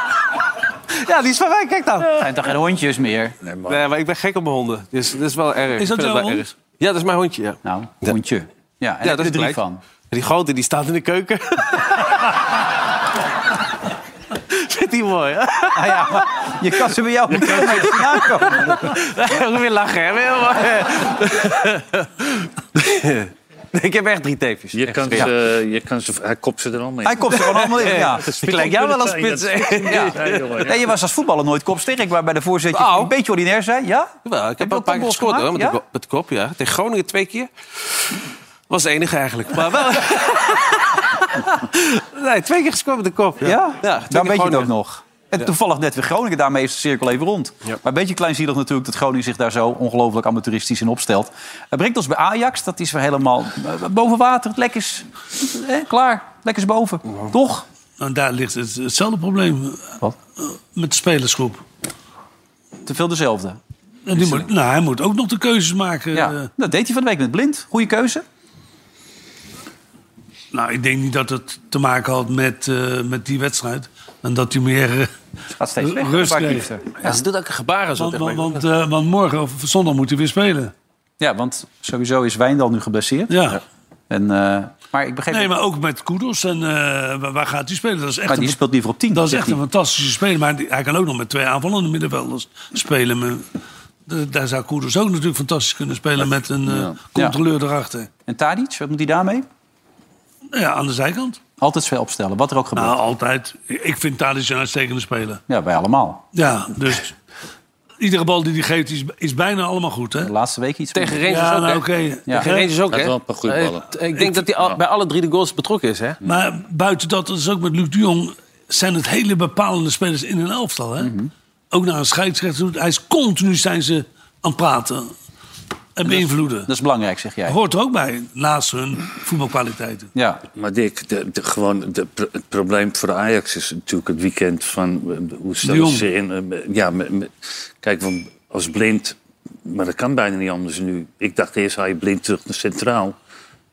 Ja, die is van mij. Kijk dan.
Het zijn toch geen hondjes meer?
Nee, maar ik ben gek op mijn honden. Dus dat is wel erg. Ik
Is dat
vind het
jouw
wel
hond?
erg. Ja, dat is mijn hondje, ja.
Nou, hondje. Ja, en ja,
dat
er
is
drie
blijk.
van.
Die grote die staat in de keuken. Vindt die mooi, [laughs] hè?
Ah ja, maar je kan ze bij jou [laughs] niet mee zien aankomen.
Ook weer lachen, hè? Heel mooi. Nee, [laughs] ik heb echt drie teefjes.
Je kan
ja.
ze, je kan ze, hij kopt ze er al mee.
[laughs] Hij komt er gewoon allemaal in, ja.
Ik lijk jou wel als
Ja, dat
spits.
is-
Ja.
Ja, jongen.
Nee, je was als voetballer nooit kopsterk, maar bij de voorzetjes
Nou.
een beetje ordinair zijn, ja?
Jawel, ik
je
heb wel
ook
een paar keer
goals
gescoord hoor, met,
gemaakt,
de
ja?
kop- met de kop, ja. Tegen Groningen twee keer. Was de enige eigenlijk. Maar wel... [laughs] nee, twee keer gescoord met de kop.
Ja,
ja twee
daar
keer
weet je het ook
Groningen.
nog. En toevallig net weer Groningen, daarmee is de cirkel even rond. Maar een beetje kleinzielig natuurlijk dat Groningen zich daar zo ongelooflijk amateuristisch in opstelt. Het brengt ons bij Ajax, dat is weer helemaal eh, boven water. Het lek is eh, klaar, het lek is boven. Toch?
En daar ligt het, hetzelfde probleem.
Wat?
Eh, Met de spelersgroep.
Te veel dezelfde.
En die moet, nou, hij moet ook nog de keuzes maken.
Ja,
eh.
dat deed hij van de week met Blind. Goede keuze.
nou, ik denk niet dat het te maken had met, eh, met die wedstrijd. En dat hij meer... eh,
Gaat steeds weg.
Rust
Een paar
kreeg.
keer. eh,
Ja, ze doet ook gebaren zo.
want,
tegen mij.
want, want, eh, want morgen of zondag moet hij weer spelen.
Ja, want sowieso is Wijndal nu geblesseerd.
Ja.
En, eh, maar ik begreep...
Nee,
maar
maar ook met Koeders. En eh, waar- waar gaat hij spelen? Dat is echt
die
een
speelt liever op 10.
Dat is
zegt
echt een
hij.
fantastische speler. Maar die- hij kan ook nog met twee aanvallende middenvelders spelen. Maar, eh, daar zou Koeders ook natuurlijk fantastisch kunnen spelen met een eh, controleur erachter.
En Tadic, wat moet hij daarmee?
Nou Ja, aan de zijkant.
Altijd spel opstellen, wat er ook gebeurt.
Nou, altijd. Ik vind Tadic een uitstekende speler.
Ja, wij allemaal.
Ja, dus iedere bal die hij geeft is, is bijna allemaal goed, hè?
De laatste week iets.
Tegen
van-
Rangers
Ja,
ook,
nou,
hè?
oké.
Ja.
Tegen Rangers ook,
Hij
hè?
had wel een paar goede
Eh,
ballen.
t- Ik denk dat hij al- bij alle drie de goals betrokken is, hè?
Maar buiten dat, dat is ook met Luc de Jong... zijn het hele bepalende spelers in een elftal, hè?
Mhm.
Ook naar een scheidsrechter. toe. Hij is continu zijn ze aan het praten. En beïnvloeden.
Dat is belangrijk, zeg jij.
hoort er ook bij, naast hun voetbalkwaliteiten.
Ja,
Maar Dick, de, de- gewoon de, pro- het probleem voor Ajax is natuurlijk het weekend van eh, hoe
De
stellen
Jong.
ze zich in. eh, me- Ja, me- me- kijk, want als blind, maar dat kan bijna niet anders nu. Ik dacht eerst haal je blind terug naar centraal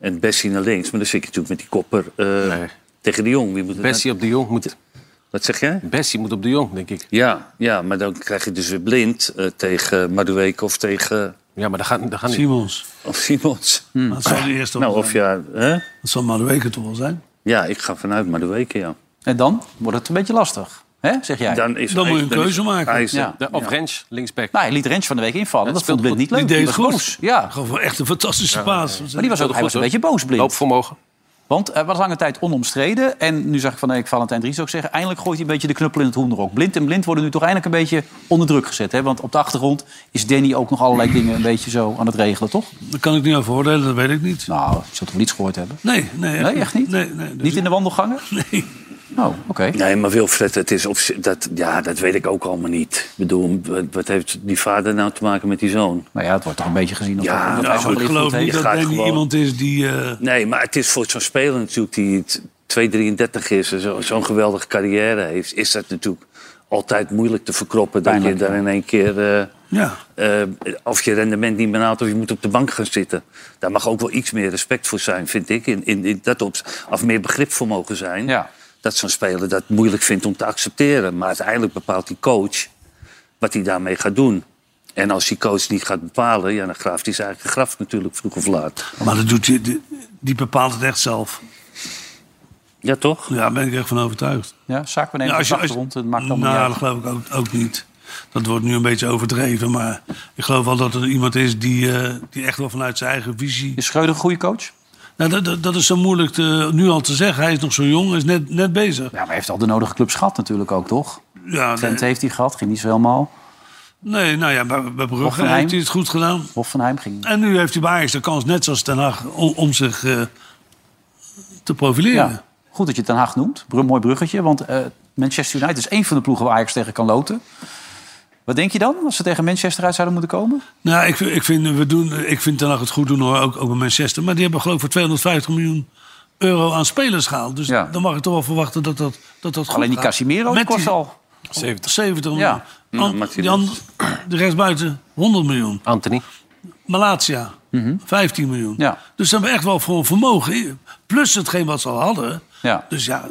en Bessie naar links, maar dan zit je natuurlijk met die kopper eh,
Nee.
tegen de jong. Wie moet het
Bessie op de jong moet...
dan- Wat zeg jij?
Bessie moet op de jong, denk ik.
Ja, ja, maar dan krijg je dus weer blind eh, tegen Madueke of tegen
Ja, maar dat gaat, dat gaat niet.
Simons,
of [laughs] Simons.
Hmm.
dat zal de
[laughs]
eerste
Nou,
wel
of
zijn.
ja, hè?
Dat zal Madueke toch wel zijn.
ja, ik ga vanuit Madueke, ja.
en dan wordt het een beetje lastig. hè? zeg jij.
Dan, is
Dan moet je een
dan is-
keuze maken.
hij is-
Ja.
Ja, Of Rens, linksback.
Nou, hij liet Rens van de week invallen. Dat,
Dat
vond
speelde
Blind niet leuk.
Die deed
Die was
het goed.
boos. Ja. Maar
Gewoon echt een fantastische paas.
die was ook, hij was een beetje boos, Blind.
Loopvermogen.
Want hij was lange tijd onomstreden. En nu zag ik van ik Valentijn Dries ook zeggen... eindelijk gooit hij een beetje de knuppel in het hoenderok. Blind en blind worden nu toch eindelijk een beetje onder druk gezet. Hè? Want op de achtergrond is Danny ook nog allerlei dingen een beetje zo aan het regelen, toch?
Daar kan ik niet over oordelen, dat weet ik niet.
Nou, je zult toch wel iets gehoord hebben?
Nee, nee.
Nee, echt niet?
Nee, nee. dus-
Niet in de wandelgangen?
Nee.
Oh, oké.
Nee, maar Wilfred, het is op, zi- dat, ja, dat weet ik ook allemaal niet. Ik bedoel, wat- wat heeft die vader nou te maken met die zoon?
Nou ja, het wordt toch een beetje gezien. Of
Ja,
dat
Nou,
hij zo'n
ik
invloed
geloof
heeft.
niet dat
gaat
Danny
gewoon-
iemand is die... eh,
Nee, maar het is voor zo'n speler natuurlijk die t- 2,33 is en zo- zo'n geweldige carrière heeft, is dat natuurlijk altijd moeilijk te verkroppen dat je daar in één keer. eh,
ja.
eh, of je rendement niet meer haalt of je moet op de bank gaan zitten. Daar mag ook wel iets meer respect voor zijn, vind ik. In, in, in dat opzicht. Of meer begrip voor mogen zijn.
Ja.
Dat zo'n speler dat moeilijk vindt om te accepteren. Maar uiteindelijk bepaalt die coach wat hij daarmee gaat doen. En als die coach niet gaat bepalen, ja, dan graaft hij zijn eigen graf natuurlijk vroeg of laat.
Maar dat doet die, die, die bepaalt het echt zelf.
Ja, toch?
Ja, daar ben ik echt van overtuigd.
Ja, zaak we nemen de
Ja, Nou, als je-
zachte
als-
rond. Het maakt allemaal
nou,
niet
dat
uit.
geloof ik ook, ook niet. Dat wordt nu een beetje overdreven. Maar ik geloof wel dat er iemand is die, eh, die echt wel vanuit zijn eigen visie
Is Schreuder een goede coach?
Nou, dat, dat, dat is zo moeilijk te- nu al te zeggen. Hij is nog zo jong, hij is net, net bezig.
Ja, maar hij heeft al de nodige clubs gehad natuurlijk ook, toch?
Ja,
Twente
nee,
heeft hij gehad, ging niet zo helemaal.
nee, nou ja, bij, bij Brugge
Hoffenheim.
heeft hij het goed gedaan.
Hoffenheim ging...
En nu heeft hij bij Ajax de kans, net zoals Ten Hag, om, om zich eh, te profileren.
Ja. Goed dat je Den Haag noemt. Br- mooi bruggetje, want eh, Manchester United is één van de ploegen waar Ajax tegen kan loten. Wat denk je dan als ze tegen Manchester uit zouden moeten komen?
Nou, ik, ik, vind, we doen, ik vind Ten Hag het goed doen, hoor, ook, ook bij Manchester. Maar die hebben geloof ik voor 250 miljoen euro aan spelers gehaald. Dus
Ja.
dan mag ik toch wel verwachten dat dat, dat, dat goed
Alleen
eh,
die
gaat.
Casimiro die
Met
kost
die
al.
70.
70 miljoen.
Ja. Mm,
Nou,
An-
Martinez.
die andere- de rechtsbuiten 100 miljoen.
Anthony.
Malatia, 15 miljoen.
Mhm. Ja.
Dus ze hebben echt wel voor een vermogen. in. Plus hetgeen wat ze al hadden.
Ja.
Dus ja,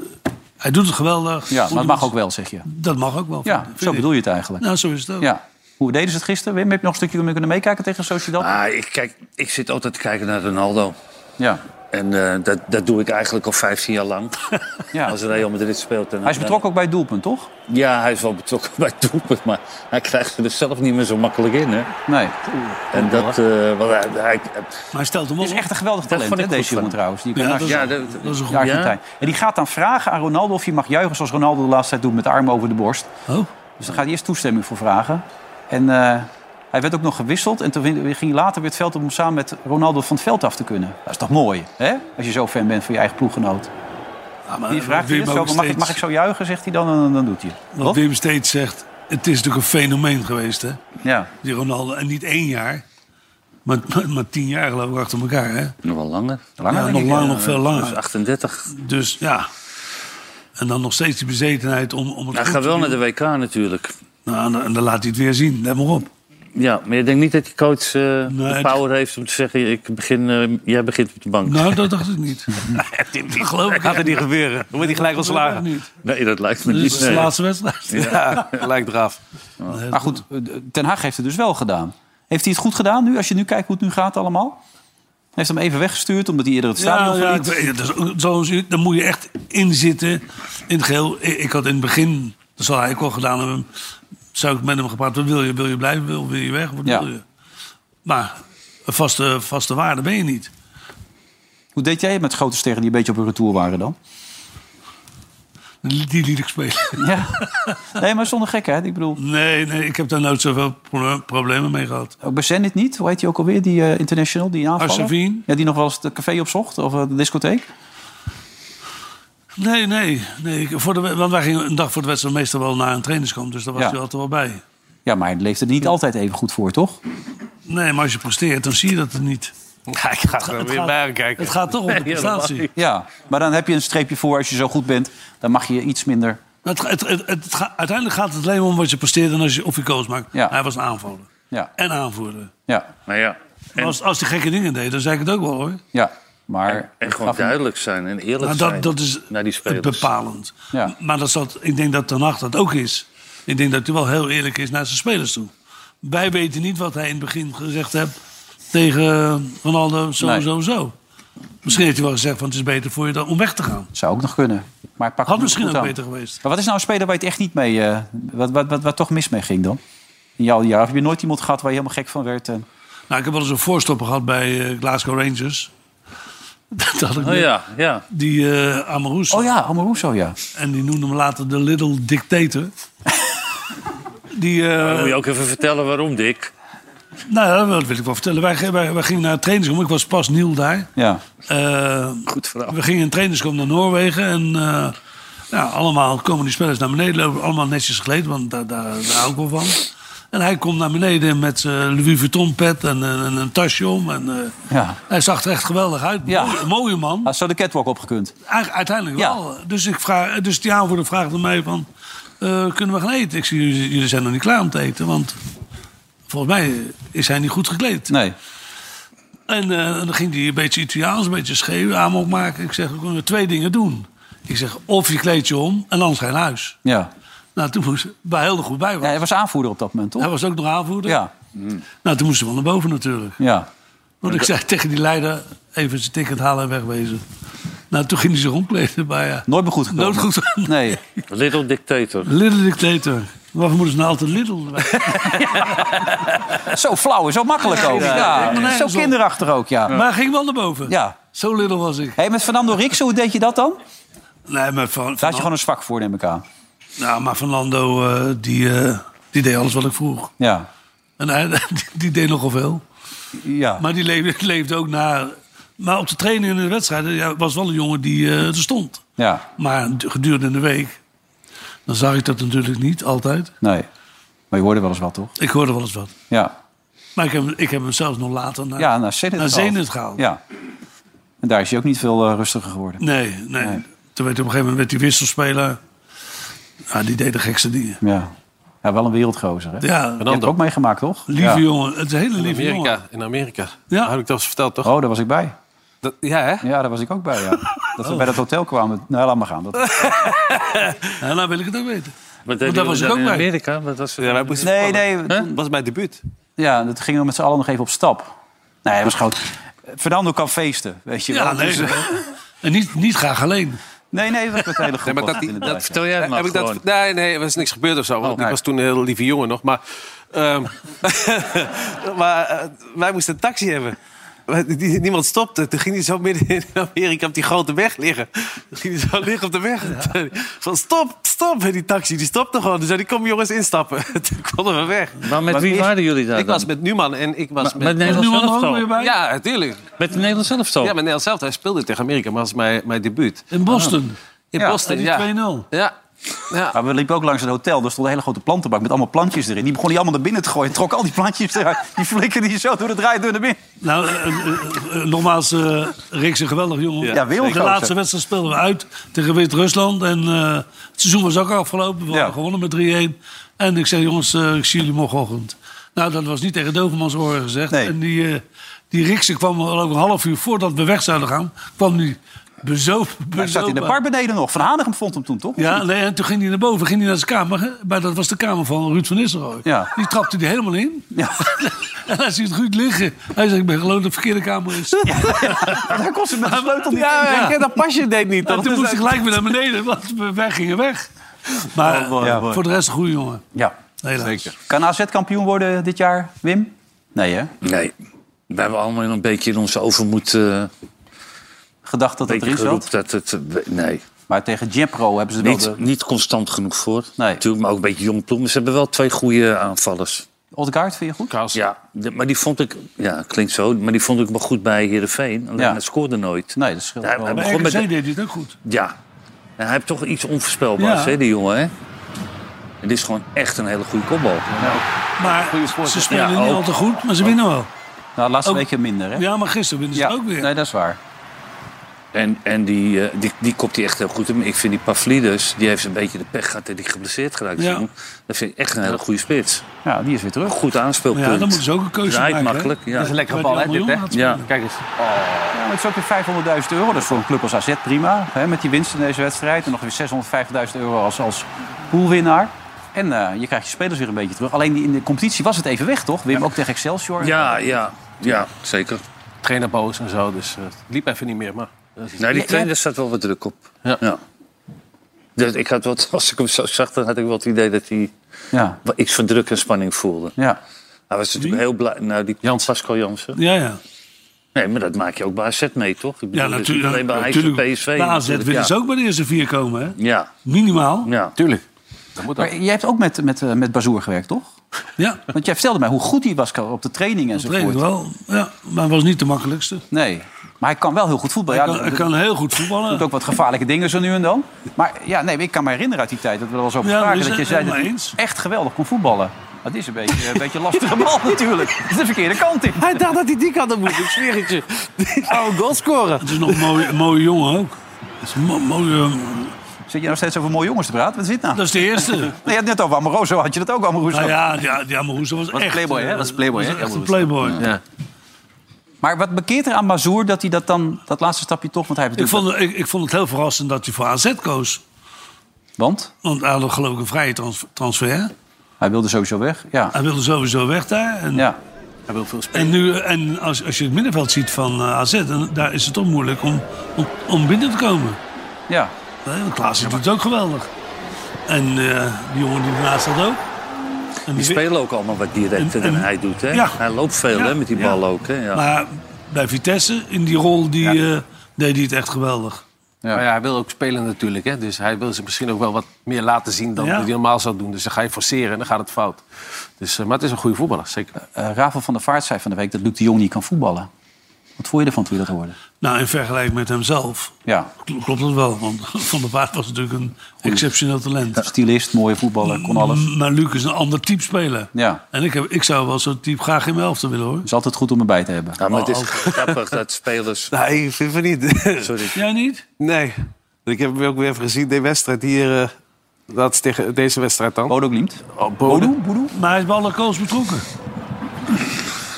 hij doet het geweldig.
Ja,
Goed
maar het mag
doet.
ook wel, zeg je.
Dat mag ook wel.
Ja,
vind
zo
ik.
bedoel je het eigenlijk.
Nou, zo is het ook.
Ja. Hoe deden ze het gisteren? Wim, heb je nog een stukje kunnen meekijken tegen Sociedad?
Ah, ik, kijk, ik zit altijd te kijken naar Ronaldo.
Ja.
En eh, dat, dat doe ik eigenlijk al 15 jaar lang.
[laughs] ja.
Als Real Madrid speelt. En,
Hij is betrokken ook bij het doelpunt, toch?
Ja, hij is wel betrokken [laughs] bij het doelpunt. Maar hij krijgt er dus zelf niet meer zo makkelijk in. Hè?
Nee.
En dat, eh, want hij, hij-
Maar hij stelt hem op.
Het is echt een geweldig
Dat
talent,
vond
hè,
ik
deze
goed van
jongen
hem.
trouwens. Die
Oh, Ja, dat is,
Ja,
dat,
dat-
is een
de
goed.
Argentijn. En die gaat dan vragen aan Ronaldo of je mag juichen zoals Ronaldo de laatste tijd doet met de armen over de borst.
Oh,
Dus daar gaat hij eerst toestemming voor vragen. En eh, hij werd ook nog gewisseld. En toen ging hij later weer het veld op om samen met Ronaldo van het veld af te kunnen. Dat is toch mooi, hè? Als je zo fan bent van je eigen
Eh,
ploeggenoot.
Ja, maar
Die vraagt
Wim
hij het zo,
ook
van, mag, ik,
steeds-
mag ik zo juichen, zegt hij dan, en dan- dan doet hij het.
Wat
Wat?
Wim steeds zegt, het is natuurlijk een fenomeen geweest, hè?
Ja.
Die Ronaldo. En niet één jaar, maar, maar, maar tien jaar geloof ik achter elkaar, hè?
nog wel langer.
Langer,
ja,
denk
nog
ik,
lang,
ja.
nog veel
Hij is
langer.
38.
Dus ja. En dan nog steeds die bezetenheid om, om het
Hij
Nou,
goed
gaat
te
wel naar
doen.
de WK natuurlijk.
Nou, en dan- en dan laat hij het weer zien. Let maar op.
Ja, maar je denkt niet dat die coach eh, de
het-
power heeft om te zeggen... Ik begin, eh, jij begint op de bank.
Nou, dat dacht ik
[laughs]
niet. dat geloof ik
Gaat er niet gebeuren. Dan wordt hij gelijk
echt
ontslagen.
niet.
Nee, dat lijkt me
Dus
niet.
het is de
nee.
laatste wedstrijd.
[laughs] Ja, lijkt eraf.
Maar goed, Ten Haag heeft het dus wel gedaan. Heeft hij het goed gedaan nu, als je nu kijkt hoe het nu gaat allemaal? Hij heeft hem even weggestuurd, omdat hij eerder het
Ja,
stadion
ja,
verliet.
ik weet het. Dat is ook- zoals u- daar moet je echt in zitten. In het geheel. I- Ik had in het begin, dat zal hij ook al gedaan hebben... zou ik met hem gepraat, wat wil je? Wil je blijven? Wil, wil je weg? Wat
Ja.
wil je? Maar een vaste, vaste waarde ben je niet.
Hoe deed jij het met grote sterren die een beetje op hun retour waren dan?
Die liet ik spelen. [laughs]
Ja. Nee, maar zonder gekheid. Ik bedoel,
Nee, nee, ik heb daar nooit zoveel pro- problemen mee gehad.
ook bij Zenit niet. Hoe heet hij ook alweer, die eh, international, die aanvaller?
Arsavin?
Ja, die nog wel eens het café opzocht, of eh, de discotheek.
Nee, nee. nee. Ik- Voor de, we- want wij gingen een dag voor de wedstrijd meestal wel naar een trainingskamp. Dus daar was
Ja.
hij altijd wel bij.
Ja, maar hij leefde er niet altijd even goed voor, toch?
Nee, maar als je presteert, dan zie je dat het niet.
Ja, ik ga er weer naar kijken.
Het gaat toch om de prestatie.
Ja, maar dan heb je een streepje voor als je zo goed bent. Dan mag je iets minder...
Het, het, het, het, het gaat- uiteindelijk gaat het alleen maar om wat je presteert en als je, of je goals maakt.
Ja.
Hij was een aanvaller.
Ja,
En aanvoerder.
ja,
Maar ja,
Maar als, als hij gekke dingen deed, dan zei ik het ook wel hoor.
ja. Maar...
en gewoon
gaf hem-
duidelijk zijn en eerlijk
Maar
zijn
Nou, dat, dat is
naar Nou, die spelers.
bepalend.
Ja.
Maar dat zat, ik denk dat Ten Hag dat ook is. Ik denk dat hij wel heel eerlijk is naar zijn spelers toe. Wij weten niet wat hij in het begin gezegd heeft tegen Ronaldo, zo,
Nee.
zo, zo. Misschien heeft hij wel gezegd, van, het is beter voor je dan om weg te gaan.
Zou ook nog kunnen. Maar het pakt
Had
hem
misschien
goed
ook
aan.
beter geweest.
Maar wat is nou een speler waar je het echt niet mee... eh, wat, wat, wat, wat toch mis mee ging dan? In jouw jaar heb je nooit iemand gehad waar je helemaal gek van werd. en-
Nou, ik heb wel eens een voorstopper gehad bij eh, Glasgow Rangers. [laughs] dat had ik
Oh
net.
ja, ja.
Die eh Amarous.
Oh ja, Amaruso, ja.
En die noemde hem later de Little Dictator. die, eh,
Dan moet je ook even vertellen waarom, Dick.
nou, ja, dat wil ik wel vertellen. Wij, wij, wij gingen naar een trainingskamp. Ik was pas nieuw daar.
Ja,
Eh,
Goed verhaal.
we gingen een trainingskamp naar Noorwegen. En eh, ja, allemaal komen die spelers naar beneden lopen. Allemaal netjes gekleed, want daar, daar, daar hou ik wel van. En hij komt naar beneden met zijn Louis Vuitton pet en, eh, en een tasje om. En, eh,
ja.
Hij zag er echt geweldig uit.
Ja.
Mooie, mooie man.
Had zo de catwalk opgekund.
Eigen- Uiteindelijk
Ja.
wel. Dus, ik vraag, dus die aanvoerder vraagt aan mij van... eh, kunnen we gaan eten? Ik zie, jullie, jullie zijn nog niet klaar om te eten. Want volgens mij is hij niet goed gekleed.
Nee.
En eh, dan ging hij een beetje Italiaans, een beetje scheef aanbod maken. Ik zeg, we kunnen twee dingen doen. Ik zeg, of je kleedt je om en anders ga je naar huis.
Ja.
Nou, toen moesten we heel goed bij.
Ja, hij was aanvoerder op dat moment, toch?
Hij was ook nog aanvoerder.
Ja,
Nou, toen moesten we wel naar boven natuurlijk.
ja.
Want ik zei tegen die leider, even zijn ticket halen en wegwezen. Nou, toen ging hij zich omkleden, maar ja.
Nooit meer goed gekomen.
Nooit goed.
Nee.
Little Dictator.
Little Dictator. Waarom moeten ze nou altijd Little
[laughs]
erbij?
Zo flauw en zo makkelijk ook. Ja,
ja.
Zo kinderachtig ook, ja.
Maar hij ging wel naar boven.
Ja.
Zo little was ik.
Hey, met Fernando Rixen, hoe deed je dat dan?
Nee, maar van,
Daar
van,
had je gewoon een zwak voor, neem ik aan.
nou, maar Fernando, eh, die, eh, die deed alles wat ik vroeg.
Ja.
En hij, [laughs] die, die deed nogal veel.
Ja.
Maar die leefde, [laughs] leefde ook na... Maar op de training en in de wedstrijden ja, was wel een jongen die eh, er stond.
ja.
Maar gedurende de week, dan zag ik dat natuurlijk niet altijd.
Nee. Maar je hoorde wel eens wat, toch?
Ik hoorde wel eens wat.
Ja.
Maar ik heb, ik heb hem zelfs nog later naar,
Ja, nou, naar Zenit
naar
gehaald.
Zenit gehaald.
Ja. En daar is hij ook niet veel eh, rustiger geworden.
Nee, nee, Toen werd hij op een gegeven moment werd die wisselspeler. Ja, die deed de gekste dingen.
Ja. ja wel een wereldgozer, hè?
Ja,
Je hebt er ook meegemaakt, toch?
lieve
Ja.
jongen. Het is een hele lieve jongen.
Amerika, in Amerika.
Ja.
Ja. Heb ik dat eens verteld, toch?
Oh, daar was ik bij.
Dat- ja, hè?
Ja, daar was ik ook bij, ja. Dat
Oh.
we bij dat hotel kwamen. Nou, laat maar gaan.
[laughs]
Dat...
Ja, nou wil ik het ook weten.
Wat
daar was ik ook bij.
Amerika, wat was
Ja, wij moesten
Nee,
voetballen.
nee.
Huh? was mijn debuut.
Ja, dat gingen we met z'n allen nog even op stap. Nee, dat was gewoon... Fernando kan feesten, weet je
Ja,
wel.
nee.
Dus, eh,
En niet, niet graag alleen.
nee, nee, dat was een hele groep.
maar
was
dat-
het inderdaad,
Dat
ja.
vertel jij maar
Eh, Heb ik dat-
gewoon. Oh,
nee, nee, er is niks gebeurd of zo. Want ik was toen een heel lieve jongen nog. Maar, ehm, [laughs] maar eh, wij moesten een taxi hebben. Maar die- die- Niemand stopte. Toen ging hij zo midden in Amerika op die grote weg liggen. Toen ging hij zo liggen op de weg. Van stop, stop. En die taxi die stopte gewoon. Dus zei die, kom jongens instappen. [laughs] Toen konden we weg.
Maar met wie
eerst-
waren jullie daar
Ik
dan?
was met Numan en ik was
Maar-
met...
met Oh. Nederland
Numan
zelf
ook weer
al.
bij?
ja, natuurlijk.
Met de Nederlands zelf
Ja, met Nederland zelf. Hij speelde tegen Amerika, maar dat was mijn, mijn debuut.
In Boston.
In
Ja,
Boston,
die
ja.
2-0.
Ja. ja.
Maar we liepen ook langs het hotel. Daar stond een hele grote plantenbak met allemaal plantjes erin. Die begon hij allemaal naar binnen te gooien. Trok al die plantjes eruit. Die flikkerde die zo door de draaideur naar binnen.
Nou, eh, eh, eh, eh, nogmaals, eh Rick is een geweldig jongen.
Ja, wereldgozer.
De laatste wedstrijd speelden we uit tegen Wit-Rusland. En eh, het seizoen was ook afgelopen. We
Ja.
hadden gewonnen met 3-1. En ik zei, jongens, eh, ik zie jullie morgenochtend. Nou, dat was niet tegen Dovermans oren gezegd.
Nee.
En die, eh die Rikse kwam al ook een half uur voordat we weg zouden gaan... kwam die bezopen.
Hij zat in de bar beneden nog. Van Hanegem vond hem toen, toch?
Ja, nee, en toen ging hij naar boven, ging hij naar zijn kamer. hè. Maar dat was de kamer van Ruud van Nistelrooy.
Ja.
Die trapte hij helemaal in.
Ja.
[laughs] en hij ziet Ruud liggen. Hij zegt, ik ben geloof dat het de verkeerde kamer is.
Daar kon ze met de sleutel niet
Ja,
Ja.
ik ken dat pasje deed niet.
En
toch?
toen
Dus
moest ik
dat-
gelijk weer naar beneden, want we- wij gingen weg. Maar
Oh,
ja, voor de rest een goede jongen.
Ja.
Helaas.
Kan AZ kampioen worden dit jaar, Wim? Nee, hè?
Nee, we hebben allemaal een beetje in onze overmoed eh
Gedacht dat het
beetje
erin
geroepen
zat.
dat het... eh, we- Nee,
Maar tegen Jepro hebben ze wel
niet,
de...
niet constant genoeg voor.
Nee.
Natuurlijk, maar ook een beetje jong ploeg. Maar Ze hebben wel twee goede aanvallers.
Odgaard vind je goed?
Ja, de- maar die vond ik... Ja, klinkt zo. Maar die vond ik wel goed bij Heerenveen. Alleen
Ja.
hij scoorde nooit.
Nee, dat scheelt
Hij-
wel.
hij-
Maar
Begon
RKC
met de-
deed hij het ook goed.
Ja. En hij heeft toch iets onvoorspelbaars,
Ja.
hè, die jongen, hè? Het is gewoon echt een hele goede kopbal.
Maar ze spelen
Ja,
niet
ook.
al te goed, maar ze winnen wel.
Nou, laatste
Ook-
weekje minder, hè?
Ja, maar gisteren winnen ze
Ja.
ook weer.
Nee, dat is waar.
En, en die, eh, die, die kopt hij echt heel goed in. Ik vind die Pavlidis, die heeft een beetje de pech gehad dat hij geblesseerd geraakt is.
Ja.
jongen. Dat vind ik echt een hele goede spits.
Ja, die is weer terug.
Goed aanspeelpunt.
Ja, dan moeten ze ook een keuze
Draait
maken. hè.
makkelijk, ja.
Dat is een lekkere bal, hè, dit, hè?
Ja.
Kijk eens.
Ja, maar het is ook weer 500.000 euro. Dat is voor een club als AZ prima. Hè, met die winst in deze wedstrijd. En nog weer 650.000 euro als, als poolwinnaar. En eh, je krijgt je spelers weer een beetje terug. Alleen die, in de competitie was het even weg, toch? Wim, ook tegen Excelsior.
ja, ja, ja, zeker.
Trainer boos en zo, dus eh, het liep even niet meer. Maar dat is-
Nou, die
Ja,
trainer zat wel wat druk op.
Ja.
Dus ik had wel, [laughs] als ik hem zo zag, dan had ik wel het idee dat hij
Ja.
wel iets van druk en spanning voelde.
ja.
Hij was natuurlijk heel blij. Nou, die
Jansen.
Pascal Jansen.
Ja, ja.
Nee, maar dat maak je ook bij AZ mee, toch? Ik bedoel,
ja
dat
Dus
is niet
natuurlijk.
Alleen bij
natuurlijk.
natuurlijk, PSV.
Bij AZ
natuurlijk,
willen
ja.
ze ook bij de eerste vier komen, hè?
Ja,
Minimaal.
ja.
Tuurlijk. Dat moet ook.
Maar jij hebt ook met, met, eh, met Bazoer gewerkt, toch?
Ja,
Want jij vertelde mij hoe goed hij was op de training
dat weet ik
enzovoort.
wel. Ja, maar was niet de makkelijkste.
Nee, maar hij kan wel heel goed voetballen.
Hij
Ja,
kan, hij
dat-
kan heel goed
doet
voetballen.
ook wat gevaarlijke dingen zo nu en dan. Maar ja, nee, ik kan me herinneren uit die tijd dat we er wel eens over
Ja,
spraken.
dat is
dat je
het
zei dat
helemaal
hij
eens.
echt geweldig kon voetballen. Dat is een beetje een beetje een lastige bal [laughs] natuurlijk. Dat is de verkeerde kant in.
Hij dacht dat hij die kant op moest. Ik zweer het je. Die [laughs] zou een goal scoren.
Het is nog een mooie, mooie jongen ook. Het is een mo- mooie, eh,
Zit je nog steeds over mooie jongens te praten? Wat zit nou?
dat is de
[laughs]
eerste.
Nee, je had net over Amoroso, had je dat ook Amoroso?
Nou ja, ja, ja maar Hoezo was,
Was
echt...
playboy, hè?
eh,
Was playboy, hè?
echt een
Amoroso.
playboy.
Ja.
Maar wat bekeert er aan Mazoer dat hij dat dan, dat laatste stapje toch, want hij heeft
Ik,
natuurlijk
vond, het- ik, ik vond het heel verrassend dat hij voor AZ koos.
Want
Want Ado geloof ik een vrije trans- transfer.
hij wilde sowieso weg. Ja.
Hij wilde sowieso weg daar. En,
ja.
Hij wil veel spelen.
en, nu, en als, als je het middenveld ziet van eh, AZ, dan, daar is het toch moeilijk om, om, om binnen te komen.
Ja.
Nee, want Klaas doet het ook geweldig. En eh, die jongen die ernaast staat ook.
Die
En die-
spelen ook allemaal wat directer
En-
dan
en-
hij doet. Hè?
Ja.
Hij loopt veel
Ja,
hè, met die
ja. Nou,
bal ook. Hè? Ja.
Maar bij Vitesse, in die rol, die, eh, deed hij het echt geweldig.
Maar ja, hij wil ook spelen natuurlijk. Hè? Dus hij wil ze misschien ook wel wat meer laten zien dan
Ja.
wat hij normaal zou doen. Dus dan ga je forceren en dan gaat het fout. Dus, eh, maar het is een goede voetballer, zeker.
Eh Rafael van der Vaart zei van de week dat Luc de Jong niet kan voetballen. Wat voel je ervan toen je dat hoorde?
Nou, in vergelijking met hemzelf
Ja,
kl- klopt dat wel. Want [laughs] Van der Vaart was natuurlijk een exceptioneel talent.
stylist, mooie voetballer, kon alles.
Maar Luc is een ander type speler.
Ja,
En ik, heb, ik zou wel zo'n type graag in mijn elfte willen, hoor.
is altijd goed om erbij te hebben.
Ja, maar het
oh.
is grappig dat spelers...
Nee, Nou, ik vind het
[laughs]
niet.
Sorry.
Jij niet?
nee. Ik heb hem ook weer even gezien, die wedstrijd hier. eh, dat is tegen deze wedstrijd dan.
Bodo Glimt.
Oh,
Bodo?
Bodo.
Bodo?
Maar hij is bij alle goals betrokken.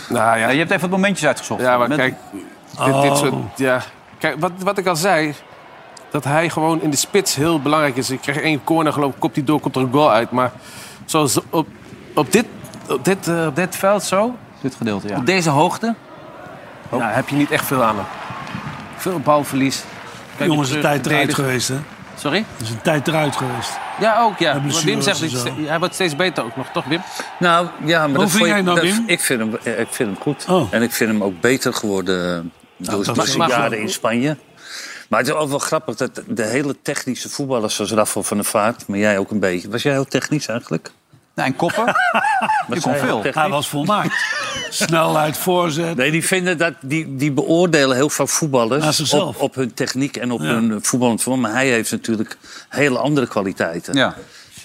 Nou ja,
Ja, Eh, je hebt even wat momentjes uitgezocht.
Ja, maar
Met-
kijk, dit, dit soort,
Oh.
ja.
Kijk, wat, wat ik al zei, dat hij gewoon in de spits heel belangrijk is. Ik krijg één corner, geloof ik, kopt hij door, komt er een goal uit. Maar zoals op, op, dit, op, dit, eh, op dit veld zo,
Dit gedeelte, ja.
op deze hoogte, nou, heb je niet echt veel aan hem. Veel balverlies. Kijk,
Jongens, een
terug,
tijd eruit
verdedigen.
geweest, hè.
Sorry?
Er is een tijd eruit geweest.
Ja, ook, ja.
En
Maar Wim
blessures
zegt, dat
en
hij-
zo.
hij wordt steeds beter ook nog, toch Wim?
Nou, ja, maar
Hoe
dat
vind
je-
jij nou,
dat-
Wim?
ik, vind hem, eh, ik vind hem goed.
Oh. Nou,
En ik vind hem ook beter geworden eh, door
dat
door
is
zijn
wel-
jaren in Spanje. Maar het is ook wel grappig dat de hele technische voetballers zoals Rafael van der Vaart... maar jij ook een beetje. Was jij heel technisch eigenlijk?
Nou, en Koppen? Die kon
Zij heel
veel.
technisch?
Hij was volmaakt. Snelheid, voorzet.
Nee, die, vinden dat, die, die beoordelen heel veel
Naar
voetballers
zichzelf.
op, op hun techniek en op
Ja.
hun eh, voetballend vorm. Maar hij heeft natuurlijk hele andere kwaliteiten.
Ja.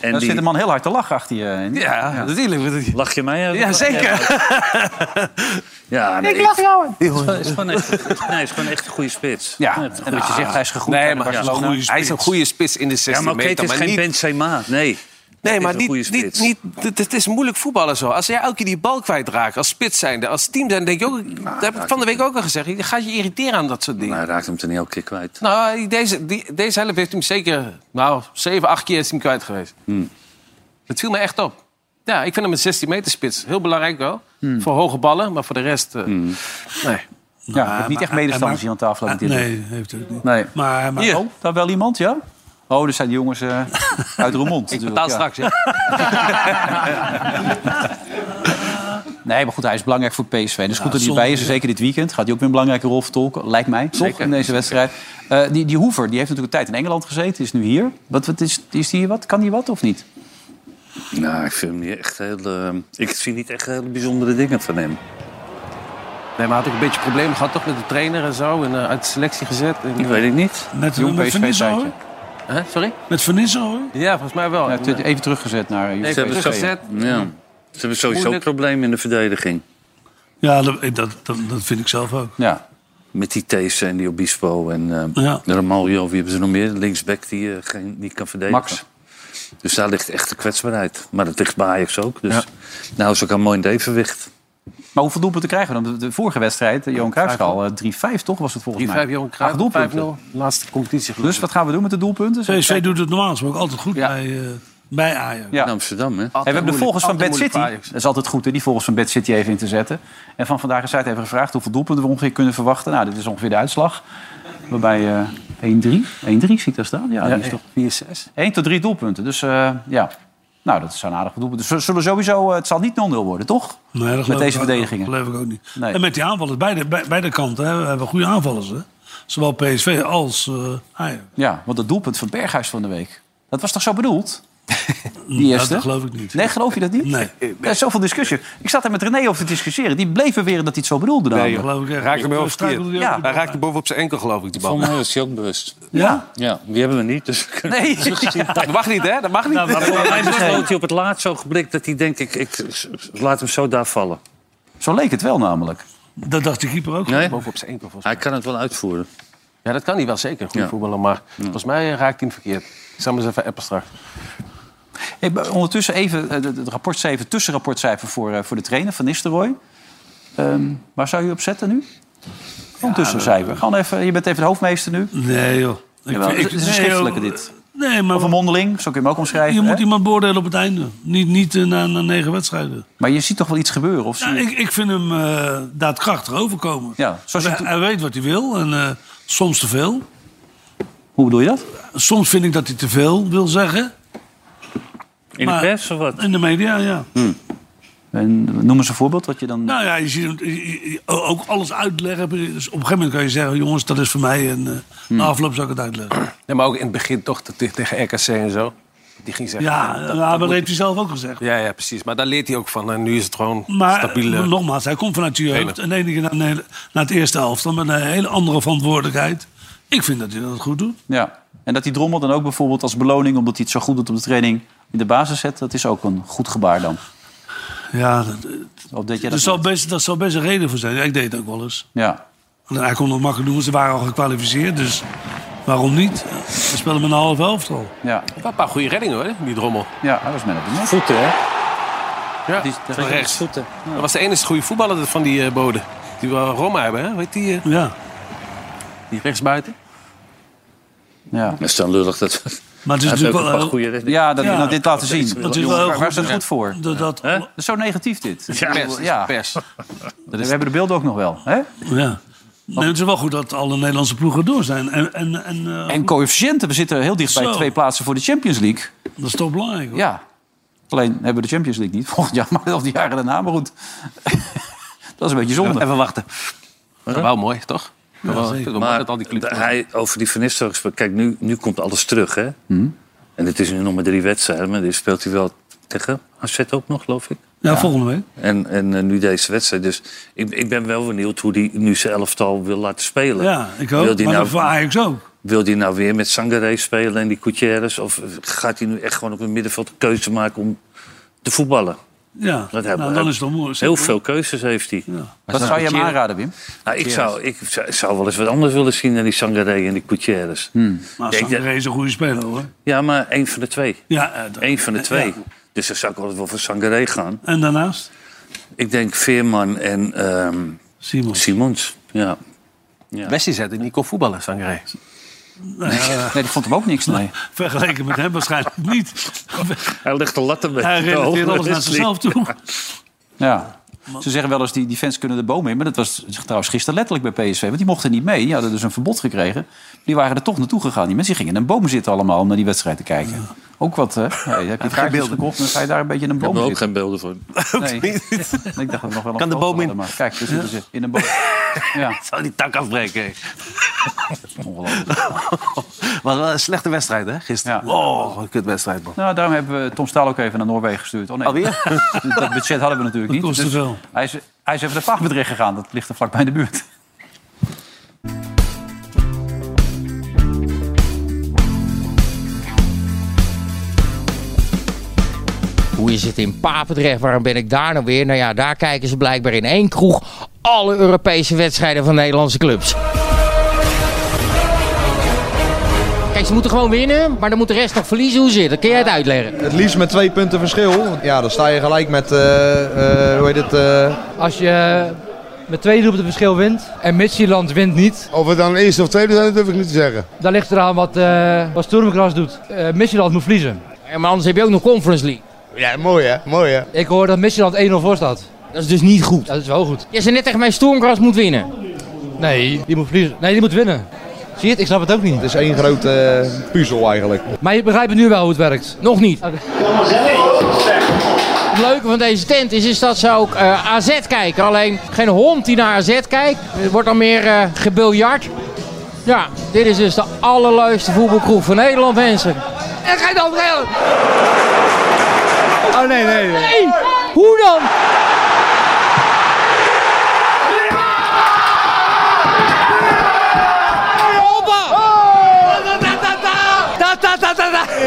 En
Dan
die,
zit de man heel hard te lachen achter je. eh,
Ja, natuurlijk. want het-
Lach je mij? uit?
Ja, zeker.
Ja, nee, ik lach jou. Het is gewoon echt, nee, het is gewoon echt een goede spits.
Ja,
Nee,
en
het is een
wat je
goede
zegt, hij is gegroeid
Nee,
bij
maar-
Barcelona.
Goeie
Hij is
spits.
een goede spits in de
Ja,
16
maar oké, het
meter,
is
maar niet...
geen Benzema. Nee.
Nee,
Het is
maar
een
niet,
goede
niet,
spits.
niet, het, het is moeilijk voetballen zo. Als jij elke keer die bal kwijtraakt, als spits zijnde, als team zijn, denk je ook... dat heb ik van de week ook al gezegd. Je gaat je irriteren aan dat soort dingen.
Maar Nou, hij raakt hem ten elke keer kwijt.
Nou, deze, die, deze helft heeft hem zeker nou, 7, 8 keer is hij hem kwijt geweest.
Hmm.
Het viel me echt op. Ja, ik vind hem een 16 meter spits. Heel belangrijk wel.
Hmm.
Voor hoge ballen, maar voor de rest... eh, Nee.
Ja, ik heb niet
Ah,
echt
maar-
medestanders
maar-
hier aan tafel. met dit.
Ah, Nee, heeft het niet.
nee.
Maar, maar
Oh, daar wel iemand, ja? Oh, er zijn die jongens eh, uit Roermond.
Ik
natuurlijk,
betaal
ja.
straks, hè.
Nee, maar goed, hij is belangrijk voor PSV. Dus goed dat hij erbij is. En zeker dit weekend gaat hij ook weer een belangrijke rol vertolken. Lijkt mij, toch, in deze wedstrijd. Eh, die, die Hoever, die heeft natuurlijk een tijd in Engeland gezeten. Is nu hier. Wat, wat is, is die hier wat? Kan hij wat of niet?
Nou, ik vind hem niet echt heel... eh, ik zie niet echt hele bijzondere dingen van hem.
Nee, maar had ik een beetje problemen gehad toch met de trainer en zo. En eh, uit de selectie gezet. En,
Ik
eh,
weet het niet.
met,
Jong
met Van
PSV
Nistelrooy?
tijdje.
hè, sorry?
Met Van Nistelrooy?
Ja, volgens mij wel.
Ja,
En, eh,
t- even teruggezet naar eh,
Even
PSV.
teruggezet.
Ja. Ze hebben sowieso een
Moeilijk.
probleem in de verdediging.
Ja, dat, dat, dat, dat vind ik zelf ook.
Ja.
Met die Thees en die Obispo en eh
Ja.
Ramaljo. Wie hebben ze nog meer? Linksback die eh, geen, niet kan verdedigen.
Max.
Dus daar ligt echt de kwetsbaarheid. Maar dat ligt bij Ajax ook. Dus nou is ook al mooi in het evenwicht.
Maar hoeveel doelpunten krijgen we dan? De- De vorige wedstrijd, eh, Johan Cruijffschaal, eh, 3-5 toch was het volgens
3-5
mij?
Johan
Acht
Cruijff, 5-0.
doelpunten.
Laatste competitie geloof
Dus wat gaan we doen met de doelpunten?
PSV doet het normaal gesproken altijd goed
Ja.
bij, eh, bij Ajax.
Ja.
In Amsterdam,
Oh,
hè?
Hey, we hebben de volgers van Bad
Altijd
City.
moeilijk voor
Dat is altijd goed, hè, die volgers van Bad City even in te zetten. En van vandaag is uit even gevraagd hoeveel doelpunten we ongeveer kunnen verwachten. Nou, dit is ongeveer de uitslag. Waarbij eh 1-3. 1-3 zie ik daar staan. Ja, die is toch
4-6.
1 tot 3 doelpunten. Dus eh, ja, nou, dat zijn aardige doelpunten. Dus we zullen sowieso, eh, het zal niet 0-0 worden, toch?
Nee, dat
met
geloof
deze
ik ook-
verdedigingen.
Dat geloof ik ook niet.
Nee.
En met die aanvallers, beide, bij- beide kanten hè, we hebben goede aanvallers. Hè? Zowel PSV als eh, Ajax.
Ja, want het doelpunt van Berghuis van de week. Dat was toch zo
[laughs]
bedoeld? Die
Ja,
eerste?
dat geloof ik niet.
Nee, geloof je dat niet? Eh,
Nee.
Er is zoveel discussie. Ik zat daar met René over te discussiëren. Die bleven weer dat hij het zo bedoelde.
Nee,
namelijk.
geloof ik echt.
Raakte hem heel
Toen struikelde
verkeerd.
hij
Ja.
ook
Hij
door.
raakte bovenop zijn enkel, geloof ik,
[laughs]
die bal.
Van mij is hij ook bewust.
ja?
Ja, die hebben we niet. Dus we kunnen-
[laughs]
Nee.
Dat mag niet, hè? Dat mag
Nou,
niet.
Maar voor mij besloot hij op het laatste ogenblik dat hij denkt, ik, ik, laat hem zo daar vallen.
Zo leek het wel namelijk.
Dat dacht de keeper ook.
Nee?
Bovenop zijn enkel volgens mij.
Hij kan het wel uitvoeren.
Ja, dat kan hij wel zeker. Goed
Ja.
voetballer, maar volgens mij eh, raakt hij hem verkeerd. Ik zal hem eens even appen straks.
Hey, maar ondertussen even eh, het het rapportcijfer, tussenrapportcijfer voor, eh, voor de trainer van Nistelrooy. Ehm, waar zou je op zetten nu? Gewoon tussencijfer. Gewoon even, je bent even de hoofdmeester nu.
Nee, joh. Ik
Jawel,
vind-
het is een
nee, joh.
schriftelijke dit.
Nee, maar
Of een mondeling, zo kun je hem ook omschrijven.
je
hè?
moet iemand beoordelen op het einde. Niet, niet eh, na, na negen wedstrijden.
Maar je ziet toch wel iets gebeuren? Of zie
Ja,
je-
ik, Nou, ik vind hem eh, daadkrachtig overkomen.
Ja, zoals je
hij,
toen-
hij weet wat hij wil en eh, soms te veel.
Hoe bedoel je dat?
Soms vind ik dat hij te veel wil zeggen.
In
Maar-
de pers of wat?
In de media, ja.
En noem eens een voorbeeld wat je dan...
Nou ja, je ziet hem je- je- ook alles uitleggen. Dus op een gegeven moment kan je zeggen: jongens, dat is voor mij. En eh, na afloop zal ik het uitleggen.
Nee, maar ook in het begin toch te- te- tegen RKC en zo. Die ging zeggen... eh,
Ja, dat,
dat- dat
maar dat
moet-
heeft hij zelf ook gezegd.
ja, ja, precies. Maar daar leert hij ook van. En nu is het gewoon
Maar
stabiele...
eh, nogmaals, hij komt vanuit de jeugd. En de enige na, na, na het eerste helft met een hele andere verantwoordelijkheid. Ik vind dat hij dat goed doet.
Ja. En dat die drommel dan ook bijvoorbeeld als beloning... omdat hij het zo goed doet op de training in de basis zet... dat is ook een goed gebaar dan.
Ja, dat, eh,
Of deed jij Dus
dat,
dat
zou
niet?
best, dat zou best een reden voor zijn. Ja, ik deed het ook wel eens.
Ja.
En hij kon het makkelijk doen, want ze waren al gekwalificeerd. Dus waarom niet? We spelen met een half helft al.
Ja.
Wel een paar goede reddingen hoor, die drommel.
ja, dat was men op de net.
Voeten, hè?
Ja,
Die-
van
die-
rechts.
Voeten.
Dat was de enige goede voetballer van die eh bode. Die we Roma hebben, hè? Weet die, eh,
Ja.
die rechtsbuiten?
Ja,
Dat is dan lullig. Dat,
Maar het is
Hij heeft ook
natuurlijk
een
wel... eh,
paar
heel-
goede reddingen.
ja dat
Ja.
dat dit laten zien.
Dat is
Jongens,
wel heel
waar- Waar
goed.
is het goed voor?
dat, dat,
Dat is zo negatief dit. Ik bedoel,
Pers,
ja.
pers.
Dat is- We hebben de beelden ook nog wel. Hè?
ja. Nee, het is wel goed dat alle Nederlandse ploegen door zijn. En, en, en, eh,
En coëfficiënten, we zitten heel dicht bij
Zo.
twee plaatsen voor de Champions League.
dat is toch belangrijk. hoor.
Ja. Alleen hebben we de Champions League niet volgend jaar, [laughs] maar of die jaren daarna. Maar goed, [laughs] dat is een beetje zonde.
Even wachten. Dat wel mooi, toch? Ja, wel,
zeker.
ik vind het wel mooi
Maar
dat al die clubs...
hij, over die Van Nistelrooy gesproken. Kijk, nu, nu komt alles terug, hè?
Hmm?
En het is nu nog maar drie wedstrijden. Maar dit speelt hij wel tegen AZ ook nog, geloof ik.
Ja, volgende week.
En, en eh, nu deze wedstrijd. Dus ik, ik ben wel benieuwd hoe hij nu zijn elftal wil laten spelen.
Ja, ik ook.
Wil
Maar
die
dat
nou-
voor Ajax ook.
Wil hij nou weer met Sangaré spelen en die Coutieres? Of gaat hij nu echt gewoon op het middenveld een keuze maken om te voetballen?
Ja,
Dat hebben
nou,
we.
dan is het toch mooi.
Heel veel keuzes heeft hij.
Wat zou je hem
Gutierrez-
aanraden, Wim?
Nou, ik, zou, ik zou- zou wel eens wat anders willen zien dan die Sangaré en die Coutieres.
Maar
Denk
Sangaré is een goede speler hoor.
Ja, maar één van de twee.
Ja, eh, dat-
Eén van de
eh,
twee.
ja.
Dus dan zou ik altijd wel voor Sangaré gaan.
En daarnaast?
Ik denk Veerman en ehm [laughs]
Simon.
Simons. Ja.
Bessie zetten, die kon voetballen, [laughs] Sangaré.
Eh. Nee, ik vond hem ook niks. Nee.
Vergeleken met hem waarschijnlijk niet.
Hij legt [laughs] de latten bij.
Hij relateert alles naar zichzelf toe.
Ja. Ze zeggen wel eens, die, die fans kunnen de boom in. Maar dat was trouwens gisteren letterlijk bij PSV. Want die mochten niet mee. Die hadden dus een verbod gekregen. Die waren er toch naartoe gegaan. Die mensen gingen in een boom zitten allemaal om naar die wedstrijd te kijken. Ook wat, hè? Nee, heb je kaartjes gekocht, dan ga je daar een beetje in een
Ik heb
boom
er ook
zitten.
geen beelden voor.
Nee. Ik dacht dat we nog wel een
Kan de
foto
boom in?
hadden, maar Kijk, daar zitten ze in een boom. Ja,
Zou die tak afbreken. hè.
ongelooflijk.
Wat wel een slechte wedstrijd, hè, gisteren.
Ja.
Oh, wat een kutwedstrijd, man.
Nou, daarom hebben we Tom Staal ook even naar Noorwegen gestuurd. Oh, nee.
Alweer?
[laughs] Dat budget hadden we natuurlijk niet. dus
kost te veel.
Hij is, hij is even naar Vagbedrecht gegaan. Dat ligt er vlakbij in de buurt.
Hoe is het in Papendrecht? Waarom ben ik daar nou weer? Nou ja, daar kijken ze blijkbaar in één kroeg alle Europese wedstrijden van Nederlandse clubs. Kijk, ze moeten gewoon winnen, maar dan moet de rest nog verliezen. Hoe zit dat? Kun jij het uitleggen?
Het liefst met twee punten verschil. Ja, dan sta je gelijk met, eh, eh, hoe heet het?
Als je met twee doelpunten verschil wint en Midtjylland wint niet,
Of we dan eerste of tweede zijn, dat durf ik niet te zeggen.
dan ligt eraan wat, eh wat Sturmgras doet. Eh Midtjylland moet verliezen.
Ja, maar anders heb je ook nog Conference League.
Ja, mooi hè, mooi hè.
Ik hoor dat Midtjylland 1-0 voor staat.
Dat is dus niet goed.
Dat is wel goed.
Je zei net tegen mij, Stormgras moet winnen.
Nee, die moet verliezen. Nee, die moet winnen. Zie je het? Ik snap het ook niet.
Het is één grote puzzel eigenlijk.
Maar je begrijpt nu wel hoe het werkt.
Nog niet.
Oké.
Het leuke van deze tent is, is dat ze ook eh, AZ kijken. Alleen geen hond die naar AZ kijkt. Er wordt dan meer eh gebiljart. Ja, dit is dus de allerleukste voetbalcrew van Nederland, mensen. En ga je dan rennen?
Oh nee, nee.
Nee! Hoe dan?
Oh!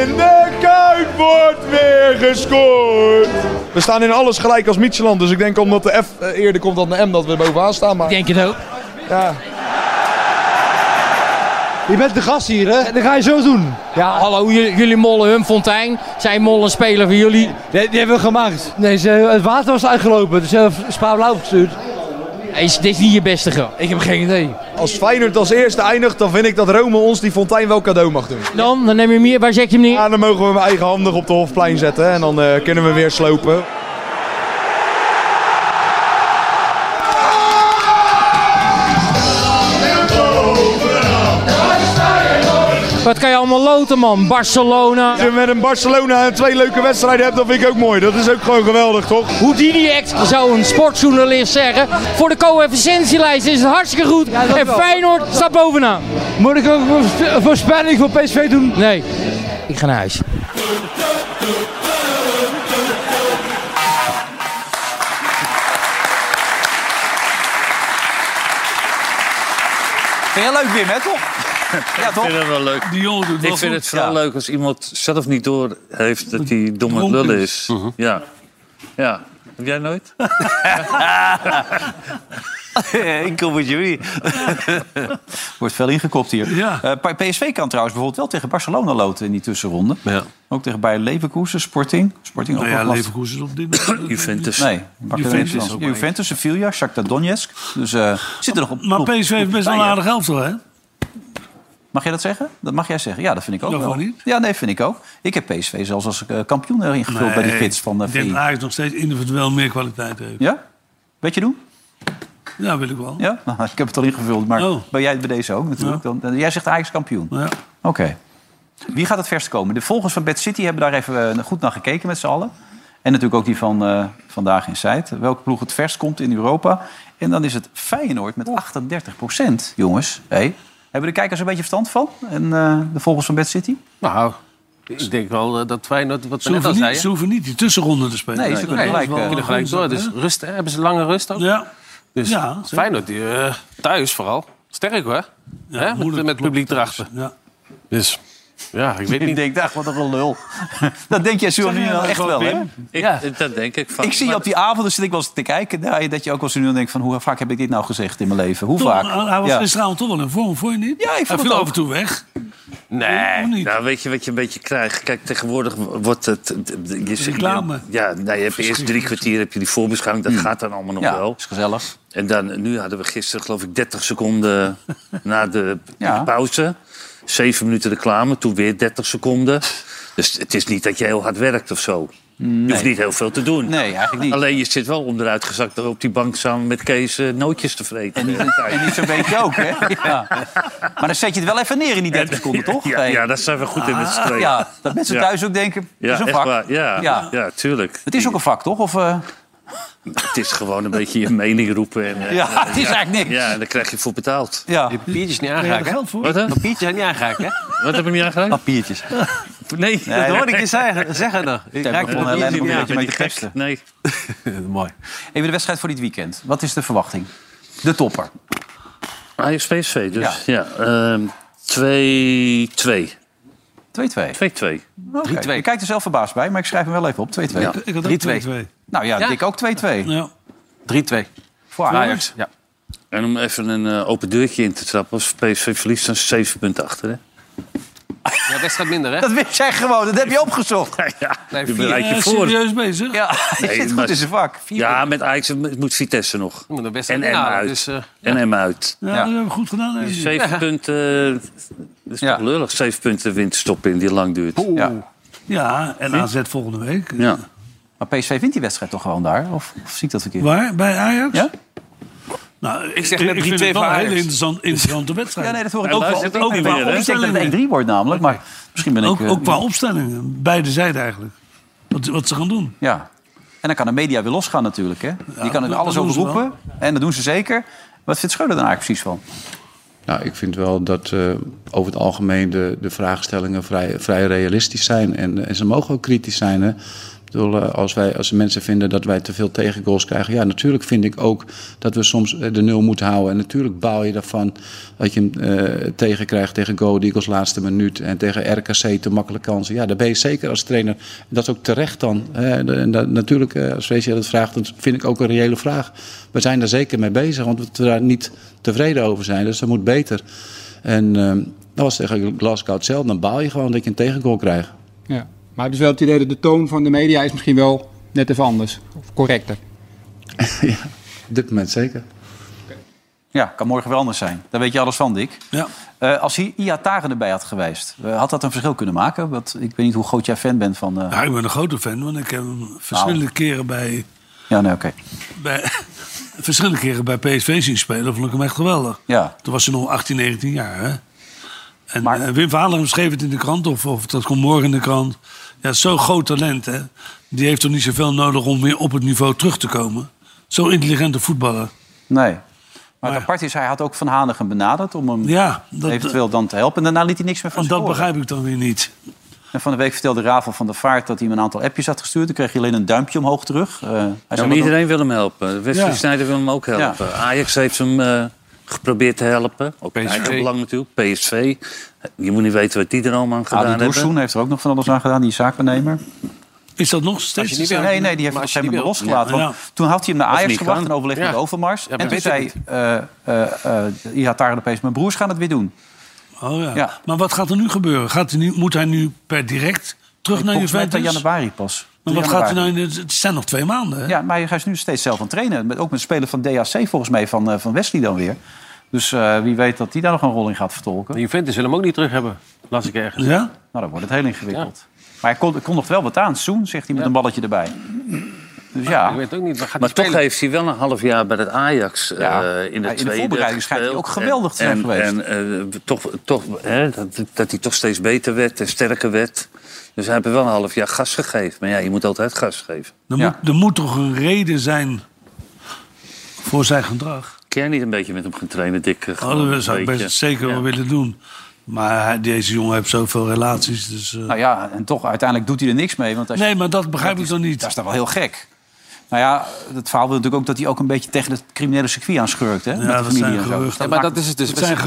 In de kuit wordt weer gescoord.
We staan in alles gelijk als Midtjylland. Dus ik denk omdat de F eh, eerder komt dan de M dat we bovenaan staan. Maar
Denk je het ook?
ja. Je bent de gast hier hè? Dat ga je zo doen.
Ja, hallo, j- jullie mollen Humfontein. Zij mollen speler van jullie.
Die, hebben we gemaakt.
Nee, ze, het water was uitgelopen, dus ze hebben Spa blauw gestuurd. Is dit niet je beste grap? Ik heb geen idee.
Als Feyenoord als eerste eindigt, dan vind ik dat Rome ons die fontein wel cadeau mag doen.
Dan? Dan neem je meer. Waar zet je hem neer?
Ja, dan mogen we hem eigenhandig op de Hofplein zetten. hè, En dan eh, kunnen we weer slopen.
Wat kan je allemaal loten, man? Barcelona.
Als je met een Barcelona en twee leuke wedstrijden hebt, dat vind ik ook mooi. Dat is ook gewoon geweldig, toch?
Hoe die die act, zou een sportjournalist zeggen. Voor de coëfficiëntielijst is het hartstikke goed.
Ja, dat
en
wel.
Feyenoord staat bovenaan. Moet ik ook een voorspelling voor PSV doen? Nee, ik ga naar huis.
Vind jij leuk, Wim, hè, toch? Ja, toch?
Ik vind het wel leuk.
Die jongen doet wel
Ik vind
goed.
het vooral
Ja.
leuk als iemand zelf niet door heeft dat hij domme
Dronken
lul
is.
is. Ja. ja. Heb jij nooit?
[laughs]
Ik kom met jullie. [laughs] Wordt veel ingekopt hier.
Ja.
Eh, PSV kan trouwens bijvoorbeeld wel tegen Barcelona loten in die tussenronde. Ook tegen Bayern Leverkusen, Sporting. Sporting ook
Nou ja,
wel lastig.
Leverkusen op dit moment.
Juventus.
Nee,
Juventus
Juventus,
ook bij.
Juventus Sevilla, Shakhtar Donetsk. Dus eh zit er nog op.
Maar PSV heeft best wel een aardig helft, hè?
Mag jij dat zeggen? Dat mag jij zeggen. Ja, dat vind ik ook
Ja,
wel.
gewoon niet.
Ja, nee, vind ik ook. Ik heb PSV zelfs als eh, kampioen erin gevuld bij die
Nee,
gids van eh
Ik denk
VI.
dat Ajax nog steeds individueel meer kwaliteit heeft.
Ja? Weet je doen?
Ja, wil ik wel.
Ja? [laughs] Nou, ik heb het al ingevuld, maar
Oh.
ben jij het bij deze ook natuurlijk? Dan, dan- jij zegt Ajax kampioen.
Ja.
Oké. Wie gaat het verst komen? De volgers van Bad City hebben daar even eh, goed naar gekeken met z'n allen. En natuurlijk ook die van eh, vandaag in Zuid. Welke ploeg het verst komt in Europa. En dan is het Feyenoord met 38 procent, jongens. Hey. Hebben de kijkers een beetje verstand van? En eh, de volgers van Bad City?
[laughs] Nou, ik denk wel eh, dat Feyenoord... Wat
Ze hoeven, niet, ze hoeven niet die tussenronde te spelen.
Nee, ze kunnen gelijk,
dat is wel
kunnen gelijk door.
goed,
Dus
hè?
rust, hè? Hebben ze lange rust ook?
Ja.
Dus
Ja, zeker.
Feyenoord, die, eh, thuis vooral. Sterk hoor. hè? Met, met publiek erachter.
Ja.
Dus ja, ik weet [laughs] niet.
Ik denk, ach, wat een lul. dat denk jij zo
Zeg
nu
jij
dan
dat
echt
gewoon,
wel, hè?
Pim? Ja.
Dat denk ik van.
Ik zie je op die avonden zit ik wel eens te kijken. nou, dat je ook wel eens nu dan denkt van hoe vaak heb ik dit nou gezegd in mijn leven? Hoe
Toch,
vaak?
Hij was
Ja.
gisteravond toch wel in vorm, vond je niet? Ja,
ik vond
Hij
het
viel
ook.
af en toe weg.
Nee, nou, weet je wat je een beetje krijgt? Kijk, tegenwoordig wordt het... Je zegt-
Reclame.
Ja, nou, je hebt eerst drie kwartier heb je die voorbeschouwing. Dat gaat dan allemaal nog
Ja,
wel.
is gezellig.
En dan, nu hadden we gisteren, geloof ik, 30
[laughs]
seconden na de
Ja.
pauze. Zeven minuten reclame, toen weer 30 seconden. Dus het is niet dat je heel hard werkt of zo. Je hoeft niet heel veel te doen.
Nee, eigenlijk niet.
Alleen je zit wel onderuit gezakt op die bank samen met Kees eh, nootjes te vreten.
En niet,
[laughs]
en niet zo'n beetje ook, hè? Ja. Maar dan zet je het wel even neer in die 30 seconden, toch? Ah,
Ja, ja, daar zijn we goed in met z'n tweeën.
Ja, dat mensen
Ja.
thuis ook denken,
Ja,
dat is een
echt
vak.
waar. Ja, ja. tuurlijk.
Het is ook een vak, toch? Of, eh,
Het is gewoon een beetje je mening roepen. En, eh,
Ja, het is eigenlijk niks.
Ja, en daar krijg je voor betaald.
ja.
Papiertjes niet aanraken. hè?
Wat dan?
Papiertjes zijn niet aanraken, [laughs] hè?
Wat heb je niet aangeraakt?
Papiertjes.
Nee,
dat hoorde ik je zeggen, zeggen nog. Ik
Zij
raak de
begonnen alleen
papiertjes
om een
niet aan.
beetje mee te pesten.
Nee.
Mooi. Even de wedstrijd voor dit weekend. Wat is de verwachting? De topper.
Ajax PSV, dus ja. ehm, 2-2.
2-2.
2-2.
Oké. Je kijkt er zelf verbaasd bij, maar ik schrijf hem wel even op. 2-2.
Ja.
Ik had ook
3-2.
2-2.
Nou ja,
Ja.
Dick ook 2-2.
Ja.
3-2.
Voor Ajax.
Ja.
En om even een eh, open deurtje in te trappen, als PSV verliest, dan is het 7 punten [laughs] achter. Hè?
Ja, wedstrijd minder, hè?
Dat wist jij gewoon, dat heb je opgezocht.
Nee,
Je
vier.
bereidt
Eh,
je voor.
serieus bezig?
Ja, hij
Nee,
zit goed
maar-
in zijn vak.
Ja, met Ajax moet Vitesse nog.
Moet de wedstrijd
En Emma
inhalen,
uit.
dus, eh,
En hem uit.
Ja, dat hebben we goed gedaan. hè?
7 punten, eh, dat is toch lullig. 7 punten winterstop in die lang duurt.
Ja.
Ja, en AZ volgende week.
Ja.
Maar PSV wint die wedstrijd toch gewoon daar? Of, of zie ik dat verkeerd?
Waar? Bij Ajax?
Ja?
Nou, ik
zeg
zeg
net
ik
3-2
vind het wel
voor
een
Ajax.
hele interessant,
[laughs]
interessante wedstrijd.
Ja, nee, dat hoor ik
En
ook wel.
luistert ook
Ook
niet meer,
wel.
hè?
Ik denk dat het 1-3 wordt namelijk, maar misschien ben ik...
Ook,
eh,
ook qua opstellingen. Beide zijden eigenlijk. Wat, wat ze gaan doen.
Ja. En dan kan de media weer losgaan natuurlijk, hè? Die kan er
dat
alles
doen
over
ze
roepen. En dat doen ze zeker. Wat vindt Schreuder daar eigenlijk precies van?
Nou, ik vind wel dat eh, over het algemeen de, de vraagstellingen vrij, vrij realistisch zijn. En, eh, en ze mogen ook kritisch zijn. Hè? Ik bedoel, eh, als, wij, als mensen vinden dat wij te veel tegengoals krijgen... ja, natuurlijk vind ik ook dat we soms eh, de nul moeten houden. En natuurlijk baal je daarvan dat je hem eh, tegenkrijgt tegen Go Eagles laatste minuut... en tegen RKC te makkelijke kansen. Ja, daar ben je zeker als trainer. En dat is ook terecht dan. hè. En, eh, en dat- natuurlijk, eh, als VCR dat vraagt, dat vind ik ook een reële vraag. We zijn daar zeker mee bezig, want we daar niet tevreden over zijn. Dus dat moet beter. En ehm dat was tegen Glasgow hetzelfde. Dan baal je gewoon dat je een tegengoal krijgt.
Ja. Maar het is wel het idee dat de toon van de media is misschien wel net even anders. Of correcter.
Op dit moment zeker.
Ja, kan morgen wel anders zijn. Daar weet je alles van, Dick.
Ja.
Eh, als hij Iataren erbij had geweest, eh, had dat een verschil kunnen maken? Want ik weet niet hoe groot jij fan bent van... eh,
Ja, ik ben een grote fan, want ik heb hem verschillende keren bij,
Ja, nee, oké.
bij, [laughs] verschillende keren bij PSV zien spelen. Vond ik hem echt geweldig.
Ja.
Toen was hij nog 18, 19 jaar. Hè? En eh, Wim Valeren schreef het in de krant, of, of dat komt morgen in de krant. Ja, zo'n groot talent, hè? die heeft toch niet zoveel nodig om weer op het niveau terug te komen. Zo'n intelligente voetballer.
Nee. Maar het apart is, hij had ook Van Hanegem benaderd om hem
Ja, dat-
eventueel dan te helpen. En daarna liet hij niks meer van
En
zich
dat
horen.
begrijp ik dan weer niet.
En van de week vertelde Ravel van der Vaart dat hij hem een aantal appjes had gestuurd. Dan kreeg hij alleen een duimpje omhoog terug. Eh, hij
Ja,
zei,
maar
wat dan?
Nou, iedereen wil hem helpen. Wesley
Ja.
Sneijder wil hem ook helpen.
Ja.
Ajax heeft hem eh, geprobeerd te helpen. Ook PSV.
PSV.
eigen belang natuurlijk. PSV. Je moet niet weten wat die er allemaal aan gedaan
Adi
hebben.
Doersoen heeft er ook nog van alles aan gedaan, die zaakbenemer.
Is dat nog
steeds
niet
de zaak-
nee, nee, die heeft
Maar
nog
als je
helemaal
die wil-
losgelaten.
Ja.
Want Toen had hij hem naar
Of
Ajax
niet
gebracht
kan.
in overleg met
Ja.
Overmars.
Ja, maar
en toen
weet ik
zei eh eh, eh, Iataren opeens, mijn broers gaan het weer
Nou,
doen.
Oh ja.
Ja.
Maar wat gaat er nu gebeuren? Gaat hij nu, moet hij nu per direct terug
Ik
naar
volgens mij
Juventus?
dus.
per januari pas.
Maar wat
3
gaat er
januari.
nou in de- Het zijn nog twee maanden. Hè?
Ja, maar hij is nu steeds zelf aan het trainen. Met- Ook met spelen van DHC volgens mij, van, eh, van Wesley dan weer. Dus eh, wie weet dat hij daar nog een rol in gaat vertolken.
Juventus wil hem ook niet terug hebben, las ik ergens.
Ja?
Nou, dan wordt het heel ingewikkeld. Maar hij kon, hij kondigt wel wat aan. Soen, zegt hij met een balletje erbij. Dus ja.
Ik
weet ook niet. Gaat
maar toch eh, heeft hij wel een half jaar bij het Ajax eh, in de
in de
tweede
voorbereiding schijnt hij
gespeeld.
ook geweldig te zijn
en,
geweest.
En eh, toch, toch, hè, dat, dat hij toch steeds beter werd en sterker werd. Dus hij heeft wel een half jaar gas gegeven. Maar ja, je moet altijd gas geven.
Er, moet, er moet toch een reden zijn voor zijn gedrag?
Kun jij niet een beetje met hem gaan trainen, Dick? eh, gewoon
Oh, dat
een
zou ik best
beetje?
zeker wel willen doen. Maar hij- deze jongen heeft zoveel relaties. Dus, eh,
Nou ja, en toch, uiteindelijk doet hij er niks mee. Want als je-
nee, maar dat begrijp ik dan niet.
Dat is dan wel heel gek. Nou ja, het verhaal wil natuurlijk ook dat hij ook een beetje tegen het criminele circuit aanschurkt. Hè? Met de familie en zo. Dus
Ja, maar
maakt-
dat is het dus. We We zijn maar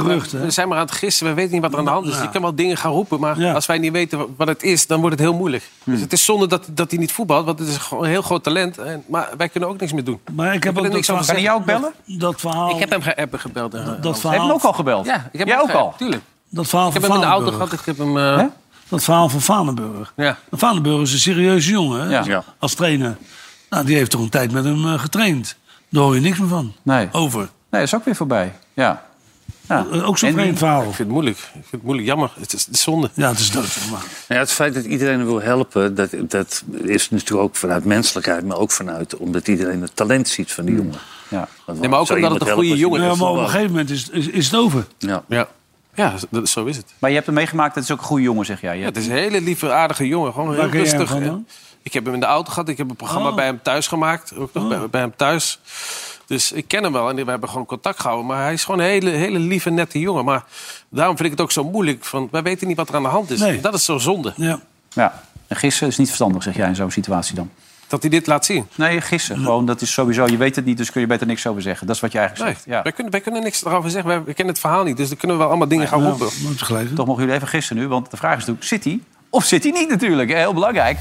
aan het gissen. We weten niet wat er aan de hand is. Je kan wel dingen gaan roepen. Maar als wij niet weten wa- wat het is, dan wordt het heel moeilijk. Dus het is zonde dat, dat hij niet voetbalt. Want het is gewoon een heel groot talent. En, maar wij kunnen ook niks meer doen.
Maar ik heb ook
er
dat
niks over
verhaal-
zeggen.
Kan hij jou ook bellen? Dat verhaal...
Ik heb hem geappen gebeld. eh, Hans.
verhaal- Heb je hem ook al gebeld?
Ja, ik heb
Jij
hem
ook al?
geappt, Tuurlijk.
Dat verhaal
Ik heb
van
hem in de auto
Valenburg.
gehad. Ik heb hem... eh,
Dat verhaal van Vanenburg.
Ja.
Vanenburg is een serieuze jongen hè,
Ja. Ja.
als trainer. Nou, die heeft toch een tijd met hem eh, getraind. Daar hoor je niks meer van.
Nee.
Over. Eh,
Nee, is ook weer voorbij. Ja.
Ook zo'n vreemd verhaal.
Ik vind het moeilijk. Ik vind het moeilijk. Jammer. Het is, het is zonde.
Ja, het is dood. Maar...
Nou ja, het feit dat iedereen hem wil helpen, dat, dat is natuurlijk ook vanuit menselijkheid, maar ook vanuit omdat iedereen het talent ziet van die jongen.
Ja.
Nee, maar ook omdat het een goede jongen
Ja,
is.
maar op een gegeven moment is, is, is het over.
Ja.
Ja. Ja, dat- zo is het.
Maar je hebt hem meegemaakt, dat is ook een goede jongen, zeg jij. Je
Ja,
hebt-
het is een hele lieve, aardige jongen. Gewoon
Waar
heel
ken jij hem
rustig.
van
hè.
dan?
Ik heb hem in de auto gehad. Ik heb een programma
Oh.
bij hem thuis gemaakt. Ook nog bij, bij hem thuis. Dus ik ken hem wel en we hebben gewoon contact gehouden. Maar hij is gewoon een hele, hele lieve, nette jongen. Maar daarom vind ik het ook zo moeilijk. Van, wij weten niet wat er aan de hand is.
Nee.
Dat is zo zonde.
Ja.
Ja. En gissen is niet verstandig, zeg jij, in zo'n situatie dan.
Dat hij dit laat zien?
Nee, gissen. Gewoon, dat is sowieso... Je weet het niet, dus kun je beter niks over zeggen. Dat is wat je eigenlijk
Nee,
zegt. Ja.
wij, kunnen, wij kunnen niks erover zeggen. Wij, we kennen het verhaal niet. Dus dan kunnen we wel allemaal dingen gaan roepen.
Toch mogen jullie even gissen nu, want de vraag is natuurlijk... Zit hij of zit hij niet natuurlijk? hè? Heel belangrijk.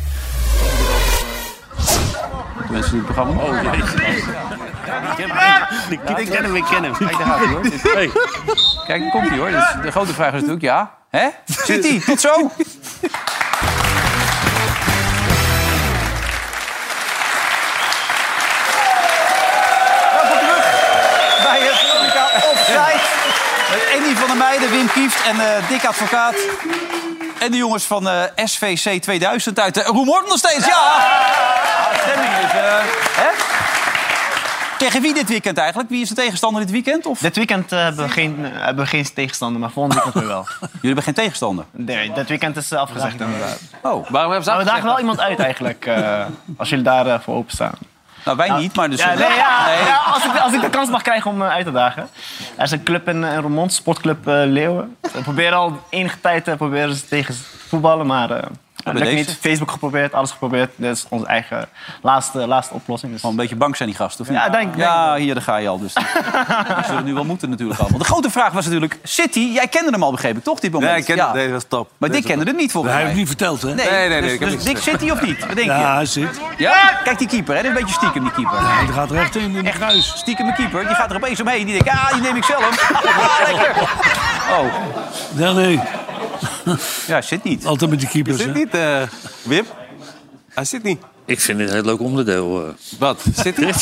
De mensen die het programma... Oh,
Ik ken hem, ik ken hem. Kijk, daar gaat hij, hoor.
Kijk, daar komt hij hoor. Dus de grote vraag is natuurlijk, ja, hè? Zit hij? Tot zo! Welkom terug bij het Veronica Offside. Met Eh, Andy van der Meijden, Wim Kieft en eh Dick Advocaat. En de jongens van eh, SVC 2000 uit de Roermond nog steeds, ja! Ah, stemming is, eh, hè? Tegen wie dit weekend eigenlijk? Wie is de tegenstander dit weekend? Of?
Dit weekend eh, hebben, we geen, eh, hebben we geen tegenstander, maar volgend weekend weer
[laughs]
wel.
Jullie hebben geen tegenstander?
Oh.
Nee, dit weekend is eh, afgezegd inderdaad.
Oh,
waarom hebben
ze Nou, We dagen wel iemand uit eigenlijk, eh, als jullie daar eh, voor openstaan.
Nou, wij niet, maar dus...
Ja, nee, ja,
Nee.
ja, als, ik, als ik de kans mag krijgen om eh, uit te dagen. Er is een club in, eh, in Roermond, sportclub eh, Leeuwen. We proberen al enige tijd eh, proberen ze tegen te voetballen, maar... eh, het lukt
deze?
niet. Facebook geprobeerd, alles geprobeerd. Dit is onze eigen laatste, laatste oplossing. Dus.
Al een beetje bang zijn die gasten, of niet?
Ja, denk,
Ja, hier, daar ga je al.
[laughs]
Dus die die zullen nu wel moeten natuurlijk allemaal. De grote vraag was natuurlijk... City, jij kende hem al, begreep ik, toch, dit moment?
Nee, ik kende- nee, dat was top.
Maar
Deze
Dick kende
was-
hem niet, volgens
Hij
mij.
heeft
niet verteld, hè?
Nee,
Nee, nee, nee,
dus-
ik heb
Dus,
niks
Dick,
gezegd.
zit hij of niet? Wat denk je?
Ja, hij zit.
Ja, kijk die keeper, hè? Dat is een beetje stiekem, die keeper. Ja,
die gaat recht in, in
Echt huis. Stiekem de keeper, die gaat er opeens omheen. Die denkt, ah, die neem ik zelf. [laughs] Ah, lekker. Oh.
Nee, nee.
Ja, zit niet.
Altijd met die keepers.
Zit
Oh, dus, hè?
niet, eh Wim? Hij zit niet.
Ik vind dit een heel leuk onderdeel.
Wat? Zit hij?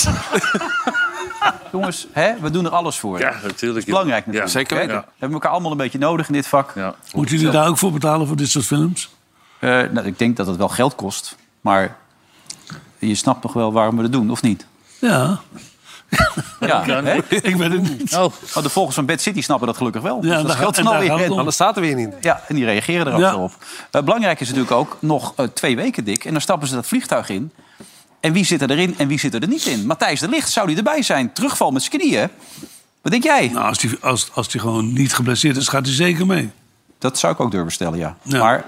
jongens, hè, we doen er alles voor.
Ja, natuurlijk.
Dat is belangrijk
Ja,
natuurlijk.
zeker
hè.
weten.
We hebben elkaar allemaal een beetje nodig in dit vak.
Moeten jullie daar ook voor betalen voor dit soort films?
Eh, nou, ik denk dat het wel geld kost. Maar je snapt toch wel waarom we dat doen, of niet?
Ja.
Ja,
Ja,
hè?
ik ben het niet.
Oh. Oh, de volgers van Bad City snappen dat gelukkig wel.
Ja,
dus dat
daar-
scheelt
en
dan
daar gaat
alweer.
het om. Anders
staat er weer niet. Ja, en die reageren er ook
Ja.
zo op. Eh, belangrijk is natuurlijk ook nog eh, twee weken dik. En dan stappen ze dat vliegtuig in. En wie zit er erin en wie zit er niet in? Matthijs de Licht, zou die erbij zijn? Terugval met zijn knieën. Wat denk jij?
Nou, als die, als, als die gewoon niet geblesseerd is, gaat hij zeker mee.
Dat zou ik ook durven stellen, ja. Maar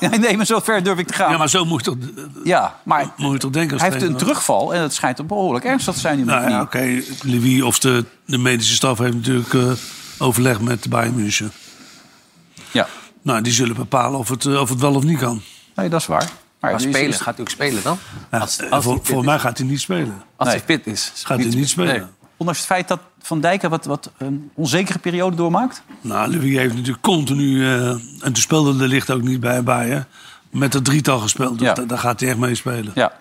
[laughs] nee, maar zo ver durf ik te gaan.
Ja, maar zo moet je toch,
Ja, maar
moet je toch denken. Als
hij heeft een
trainer?
terugval en dat schijnt hem behoorlijk ernstig te zijn. Nu met
Nou
die
ja, oké. Louis of de, de medische staf heeft natuurlijk eh, overleg met de Bayern München.
Ja.
Nou, die zullen bepalen of het, eh, of het wel of niet kan.
Nee, dat is waar. Maar,
Maar
die is-
spelen
is-
Gaat hij ook spelen dan?
Ja,
Als-
eh,
als
voor-
hij fit
voor
is.
mij gaat hij niet spelen.
Als
Nee.
hij fit is.
Gaat hij niet spelen.
Ondanks het feit dat Van Dijk een wat, wat een onzekere periode doormaakt.
Nou, Louis heeft natuurlijk continu... eh, en toen speelde de licht ook niet bij Bayern. Met het drietal gespeeld. Dus
Ja.
da- daar, gaat hij echt mee spelen.
Ja.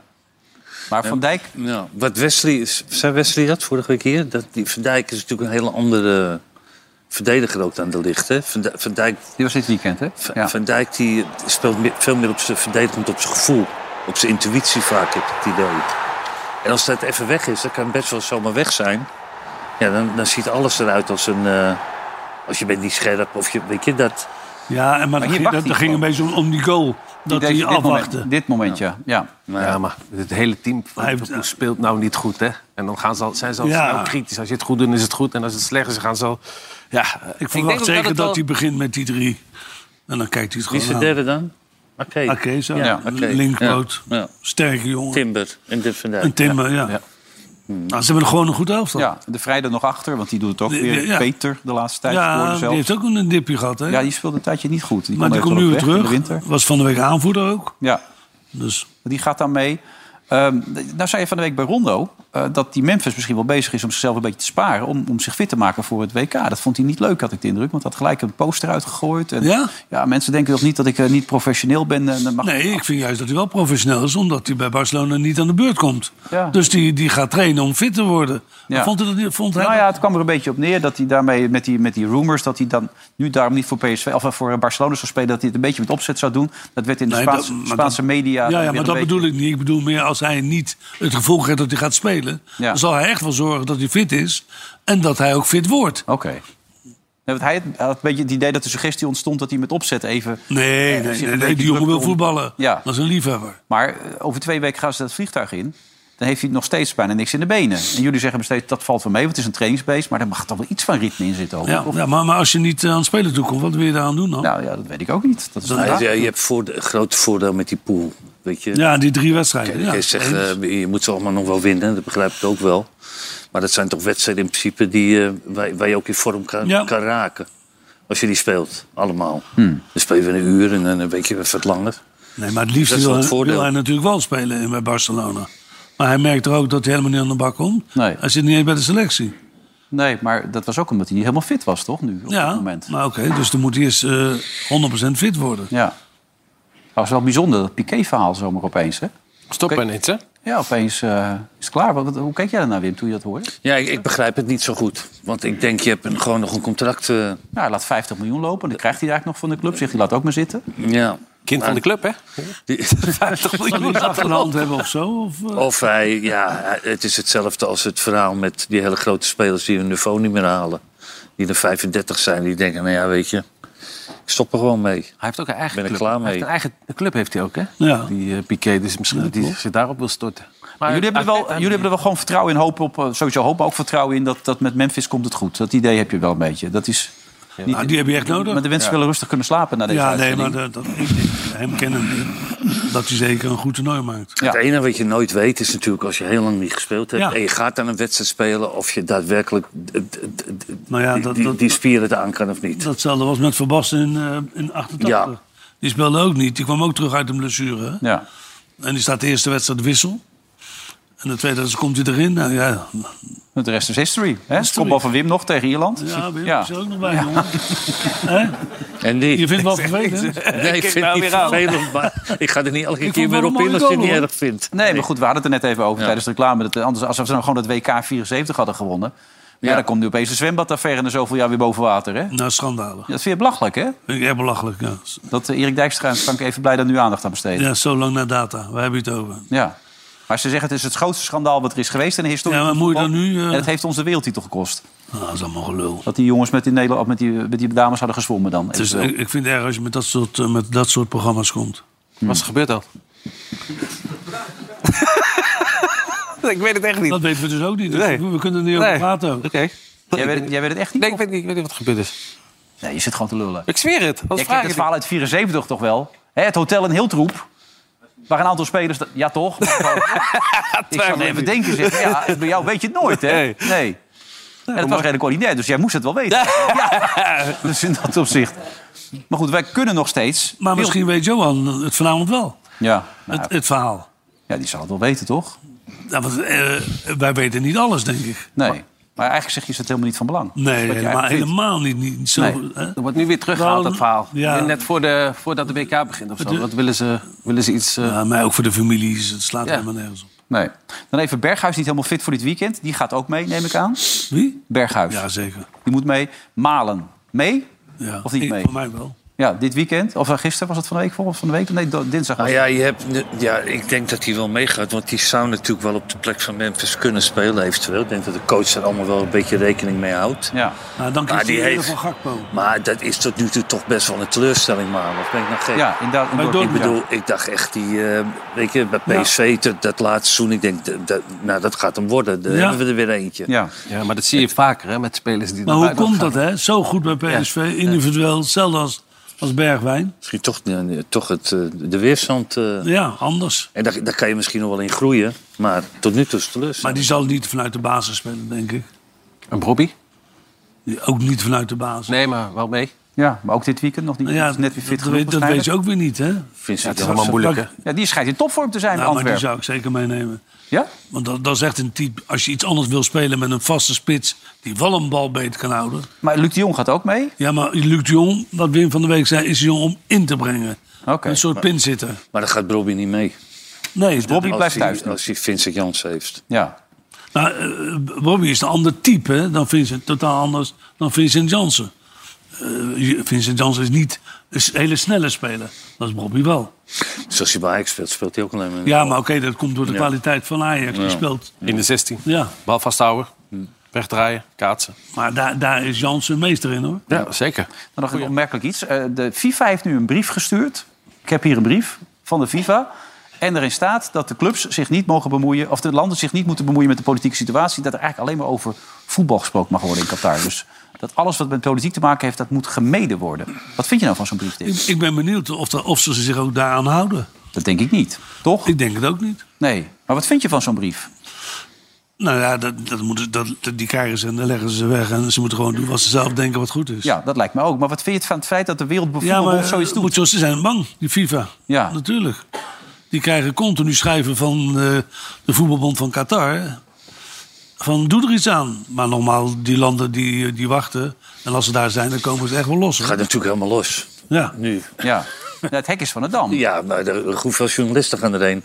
Maar Van Dijk...
Ja, wat Wesley is, zei Wesley dat vorige week hier? Dat die Van Dijk is natuurlijk een hele andere verdediger ook dan de licht. Hè? Van, Dijk- Van Dijk,
die was dit weekend, hè?
Van Dijk die speelt meer- veel meer op zijn verdedigend op zijn gevoel. Op zijn intuïtie vaak, heb ik het idee. En als dat even weg is, dan kan het best wel zomaar weg zijn. Ja, dan, dan ziet alles eruit als een... eh, als je bent niet scherp of je, weet je dat...
Ja, en maar,
hier
dat, ging-
wacht
dat,
hij
dat ging een
gewoon.
beetje om, om die goal. Dat
deze-
hij
dit moment-
afwachtte.
Dit moment, ja. ja.
Ja, maar het hele team van Liverpool speelt nou niet goed, hè? En dan gaan ze al, zijn ze al
Ja.
snel kritisch. Als je het goed doet, is het goed. En als het slecht is, gaan ze al... Ja, eh,
Ik
denk ook
verwacht zeker
het
dat,
wel-
hij begint met die drie. En dan kijkt hij het
Wie
gewoon
is de
aan.
derde dan? Oké.
Oké, zo.
oké.
Linkpoot.
Ja, ja.
Sterke jongen.
Timber en dit Van Dijk.
Een Timber, ja. Nou, ze hebben gewoon een goed elftal.
Ja, de vrijdag nog achter, want die doet het ook
Ja,
weer.
ja.
Peter, de laatste tijd.
Ja,
scoorde
die
zelf.
heeft ook een dipje gehad, hè?
ja, die speelde een tijdje niet goed.
maar die
even
komt nu
ook
weer
weg in
terug.
De winter.
Was van de week aanvoerder ook.
Ja.
Dus.
Die gaat dan mee. Ehm, nou zei je van de week bij Rondo eh, dat die Memphis misschien wel bezig is om zichzelf een beetje te sparen. Om, om zich fit te maken voor het WK. Dat vond hij niet leuk, had ik de indruk. Want hij had gelijk een poster uitgegooid. En,
Ja?
mensen denken toch niet dat ik eh, niet professioneel ben. En, dat mag
Nee, ik vind juist dat hij wel professioneel is, omdat hij bij Barcelona niet aan de beurt komt.
Ja.
Dus die, die gaat trainen om fit te worden.
Ja.
Vond hij dat niet? Vond hij
Nou ja, het kwam er een beetje op neer dat hij daarmee met die, met die rumors dat hij dan nu daarom niet voor PSV of eh, voor Barcelona zou spelen, dat hij het een beetje met opzet zou doen. Dat werd in de
Nee, dat-
Spaanse,
maar
Spaanse
dat-
media.
Ja,
dan
ja
weer
maar
een
dat
beetje-
bedoel ik niet. Ik bedoel meer als hij niet het gevoel krijgt dat hij gaat spelen...
Ja.
dan zal hij echt wel zorgen dat hij fit is en dat hij ook fit wordt.
Oké. Nee, want hij had- had een beetje het idee dat de suggestie ontstond dat hij met opzet even.
Nee,
eh,
nee,
zich
nee,
een
nee,
beetje
die jongen
drukte
wil
om-
voetballen.
Ja.
Dat is een liefhebber.
Maar eh, over twee weken gaan ze dat vliegtuig in. Dan heeft hij nog steeds bijna niks in de benen. En jullie zeggen nog steeds dat valt wel mee, want het is een trainingsbeest. Maar daar mag toch wel iets van ritme in zitten ook.
Ja,
Of-
ja, maar, maar als je niet eh, aan het spelen toekomt, wat wil je daaraan doen dan?
Nou ja, dat weet ik ook niet. Dat is
Nou,
vandaag.
ja, je hebt voorde- grote voordeel met die pool. Weet je?
Ja, die drie wedstrijden.
eh, Kijk,
Ja,
je, zegt, eh, je moet ze allemaal nog wel winnen, dat begrijp ik ook wel. Maar dat zijn toch wedstrijden in principe die, eh, waar, waar je ook in vorm kan,
Ja.
kan raken. Als je die speelt, allemaal. Dan speel je weer een uur en dan een beetje wat langer.
nee, maar het liefst
dat is wel
wil,
het voordeel.
wil hij natuurlijk wel spelen in- bij Barcelona. Maar hij merkt er ook dat hij helemaal niet aan de bak komt. Hij zit niet eens bij de selectie.
Nee, maar dat was ook omdat hij niet helemaal fit was, toch? Nu, op dit
Ja,
moment.
maar oké, dus dan moet hij eerst eh 100% fit worden.
Ja. Dat was wel bijzonder, dat Piqué-verhaal zomaar opeens, hè?
Stop
Oké.
ineens, hè?
Ja, opeens eh, is het klaar. Wat, wat- hoe keek jij daarnaar, Wim, toen je dat hoorde?
Ja, ik, ik begrijp het niet zo goed. Want ik denk, je hebt een- gewoon nog een contract. eh,
Nou, hij laat 50 miljoen lopen. Dat krijgt hij eigenlijk nog van de club. Zegt hij, laat ook maar zitten.
ja.
Kind van de club, hè?
Die- [laughs]
Zal hij iets achter de hand hebben of zo? Of, eh?
Of hij, ja, het is hetzelfde als het verhaal met die hele grote spelers die hun niveau niet meer halen. Die er 35 zijn, die denken, nou ja, weet je, ik stop er gewoon mee. Hij
heeft ook een eigen
ben
club.
Ik klaar
Hij
mee.
heeft een eigen club heeft hij ook, hè?
Ja.
Die eh, Piqué, dus misschien dat hij zich daarop wil storten. eh,
Maar jullie, hebben er wel, jullie hebben er wel gewoon vertrouwen in. Hoop op, eh, sowieso hoop, maar ook vertrouwen in dat, dat met Memphis komt het goed. Dat idee heb je wel een beetje. Dat is niet-
Nou, die heb je echt nodig.
Maar de mensen
Ja.
willen rustig kunnen slapen na deze
ja, nee,
uitzending.
maar dat, dat, ik, ik- hem kennen dat hij zeker een goed toernooi maakt.
Het enige wat je nooit weet is natuurlijk als je heel lang niet gespeeld hebt...
Ja.
en je gaat aan een wedstrijd spelen of je daadwerkelijk d- d- d- d-
Nou ja,
die,
dat-
die-
dat-
die spieren het aan kan of niet.
Datzelfde was met Verbasten in, eh, in 88.
Ja.
Die speelde ook niet. Die kwam ook terug uit een blessure. hè?
Ja.
En die staat de eerste wedstrijd wissel. En de tweede wedstrijd komt hij erin. Nou ja,
De rest is history. Hè? Kopbal van Wim nog tegen Ierland.
Ja, Wim
Ja.
is er ook nog bij, jongen. Hè?
En die?
Je
[laughs]
vindt het wel
Ik zeg
vervelend?
niks. [laughs] Nee, ik
Kijk
vind het
nou weer
niet
aan.
vervelend, maar ik ga er niet elke
Ik
keer
vond
weer
het wel
op
een
in als je
mooie
het niet
goal, hoor.
erg vindt.
Nee, maar goed, we hadden het er net even over tijdens de reclame. Dat, anders, als we nou gewoon dat WK 74 hadden gewonnen... Ja, dan komt nu opeens de zwembadaffaire en zoveel jaar weer boven water, hè?
Nou, schandalig.
Dat vind je belachelijk, hè?
Vind ik echt belachelijk, ja.
Dat eh, Erik Dijkstra en Frank even blij dat nu aandacht aan besteden.
Ja, zo lang na data. Waar hebben we het over?
Ja. Maar ze zeggen het is het grootste schandaal wat er is geweest in de historie.
Ja, maar
van
moet je
voetbal.
dan nu, eh,
En het heeft ons de wereldtitel gekost.
Nou, dat is allemaal gelul.
Dat die jongens met die, Nederland, met die, met die dames hadden gezwommen dan.
Het is,
eventueel.
ik, ik vind het erg als je met dat soort, eh, met dat soort programma's komt.
Wat is
er gebeurd al?
[laughs] ik weet het echt niet.
Dat weten we dus ook niet. Dus
Nee.
we, we kunnen er niet over
Nee.
praten. ook.
Jij weet, het- jij weet het echt niet?
Nee, ik weet niet, ik weet niet wat er gebeurd is.
Nee, je zit gewoon te lullen.
Ik zweer het. Als
Ik ken het verhaal uit 74 toch wel. Hè, het hotel in Hiltroep. Waar een aantal spelers... dat- Ja,
[laughs]
toch? ik zou er even denken. Zeg, ja, bij jou weet je het nooit, hè? Nee. En het was redelijk ordinair, dus jij moest het wel
[laughs]
weten. Ja. Dus in dat opzicht. Maar goed, wij kunnen nog steeds...
Maar misschien weet Johan het vanavond wel.
Ja, nou,
Het, het verhaal.
ja, die zal het wel weten, toch?
Nou, want, eh, wij weten niet alles, denk ik.
Nee. Maar, eigenlijk zeg je is het helemaal niet van belang.
Nee,
Wat je
helemaal,
eigenlijk vindt.
helemaal niet. niet zo,
Nee.
hè?
Er wordt nu weer teruggehaald,
Wel,
dat verhaal.
Nou, ja.
Net voor de, voordat de WK begint of zo.
Het-
Wat willen ze, willen ze iets... eh,
Ja, maar ook voor de families. Het slaat helemaal nergens op.
Nee. Dan even Berghuis, niet helemaal fit voor dit weekend. Die gaat ook mee, neem ik aan.
Wie?
Berghuis.
Ja, zeker.
Die moet mee. Malen. Mee?
Ja.
Of niet
Ik-
mee?
Voor mij wel.
Ja, dit weekend. Of eh, gisteren was het van de week? Of van de week? Nee, do- dinsdag was
Ah,
Nou
het.
ja, je hebt, ja, ik denk dat hij wel meegaat. Want die zou natuurlijk wel op de plek van Memphis kunnen spelen, eventueel. Ik denk dat de coach daar allemaal wel een beetje rekening mee houdt.
Ja.
Nou, dan
Maar
kies je
die
in ieder
heeft-
geval Gakpo.
Maar dat is tot nu toe toch best wel een teleurstelling, maar of ben ik nou gek?
Ja, in da- in
Maar
Dortmund,
ik bedoel, ik dacht echt die, eh, weet je, bij PSV dat- dat laatste seizoen, ik denk, dat, dat- nou dat gaat hem worden. Daar
Ja.
hebben we er weer eentje.
Ja.
Ja, maar dat zie je vaker hè, met spelers die
Maar
naar
hoe
buitenland
komt dat, hè? Zo goed bij PSV, individueel, hetzelfde als, als Bergwijn.
Misschien toch, eh, toch het, eh, de weerstand. eh,
Ja, anders.
En daar, daar kan je misschien nog wel in groeien, maar tot nu toe is het teleurstelling.
Maar die zal niet vanuit de basis spelen, denk ik.
Een Bobby?
Die ook niet vanuit de basis.
Nee, maar wel mee.
Ja, maar ook dit weekend nog niet.
Nou ja,
Is net weer fit
dat,
genoeg
weet, dat weet je ook weer niet, hè?
Vindt
Ja, het is allemaal moeilijk, hè?
Ja, die schijnt in topvorm te zijn
Nou,
in
maar die
Antwerpen.
zou ik zeker meenemen.
Ja?
Want dat, dat is echt een type... Als je iets anders wil spelen met een vaste spits... die wel een bal beet kan houden...
Maar Luc de Jong gaat ook mee?
Ja, maar Luc de Jong, wat Wim van de Week zei... is de jong om in te brengen.
Oké.
Een soort pinzitter.
Maar dan gaat Robbie niet mee.
Nee, dat-
Robbie blijft
hij-
thuis nu.
Als hij Vincent Jans heeft.
Ja.
Nou, eh, Robbie is een ander type hè, dan Vincent. Totaal anders dan Vincent Jansen. Eh, je- Vincent Jansen is niet een s- hele snelle speler. Dat is Robbie wel.
Zoals hij bij Ajax speelt, speelt hij ook alleen maar...
Ja, maar oké, dat komt door de
Ja.
kwaliteit van Ajax. Die
Ja.
speelt.
In de 16.
Ja,
Bal vasthouden, wegdraaien, kaatsen.
maar daar, daar is Jansen meester in hoor.
Ja, zeker.
Dan nog een opmerkelijk iets. Eh, de FIFA heeft nu een brief gestuurd. Ik heb hier een brief van de FIFA. En erin staat dat de clubs zich niet mogen bemoeien... of de landen zich niet moeten bemoeien met de politieke situatie. Dat er eigenlijk alleen maar over voetbal gesproken mag worden in Qatar. Dus dat alles wat met politiek te maken heeft, dat moet gemeden worden. Wat vind je nou van zo'n brief?
Ik,
Dit?
ik ben benieuwd of, da- of ze zich ook daaraan houden.
Dat denk ik niet. Toch?
Ik denk het ook niet.
Nee. Maar wat vind je van zo'n brief?
Nou ja, dat, dat moeten, dat, dat- die krijgen ze en dan leggen ze ze weg. En ze moeten gewoon doen wat ze zelf denken wat goed is.
Ja, dat lijkt me ook. Maar wat vind je het van het feit dat de
Ja,
Wereldbevoerbond
maar
zoiets
eh,
doet?
moet zo, ze zijn bang, die FIFA.
Ja.
Natuurlijk. Die krijgen continu schrijven van eh, de voetbalbond van Qatar. hè. Van doe er iets aan. Maar nogmaals, die landen die, eh, die wachten. En als ze daar zijn, dan komen ze echt wel los. hoor.
Het gaat natuurlijk helemaal los.
Ja.
Nu.
Ja. Ja, het hek is van de dam.
Ja, maar er, hoeveel journalisten gaan erheen?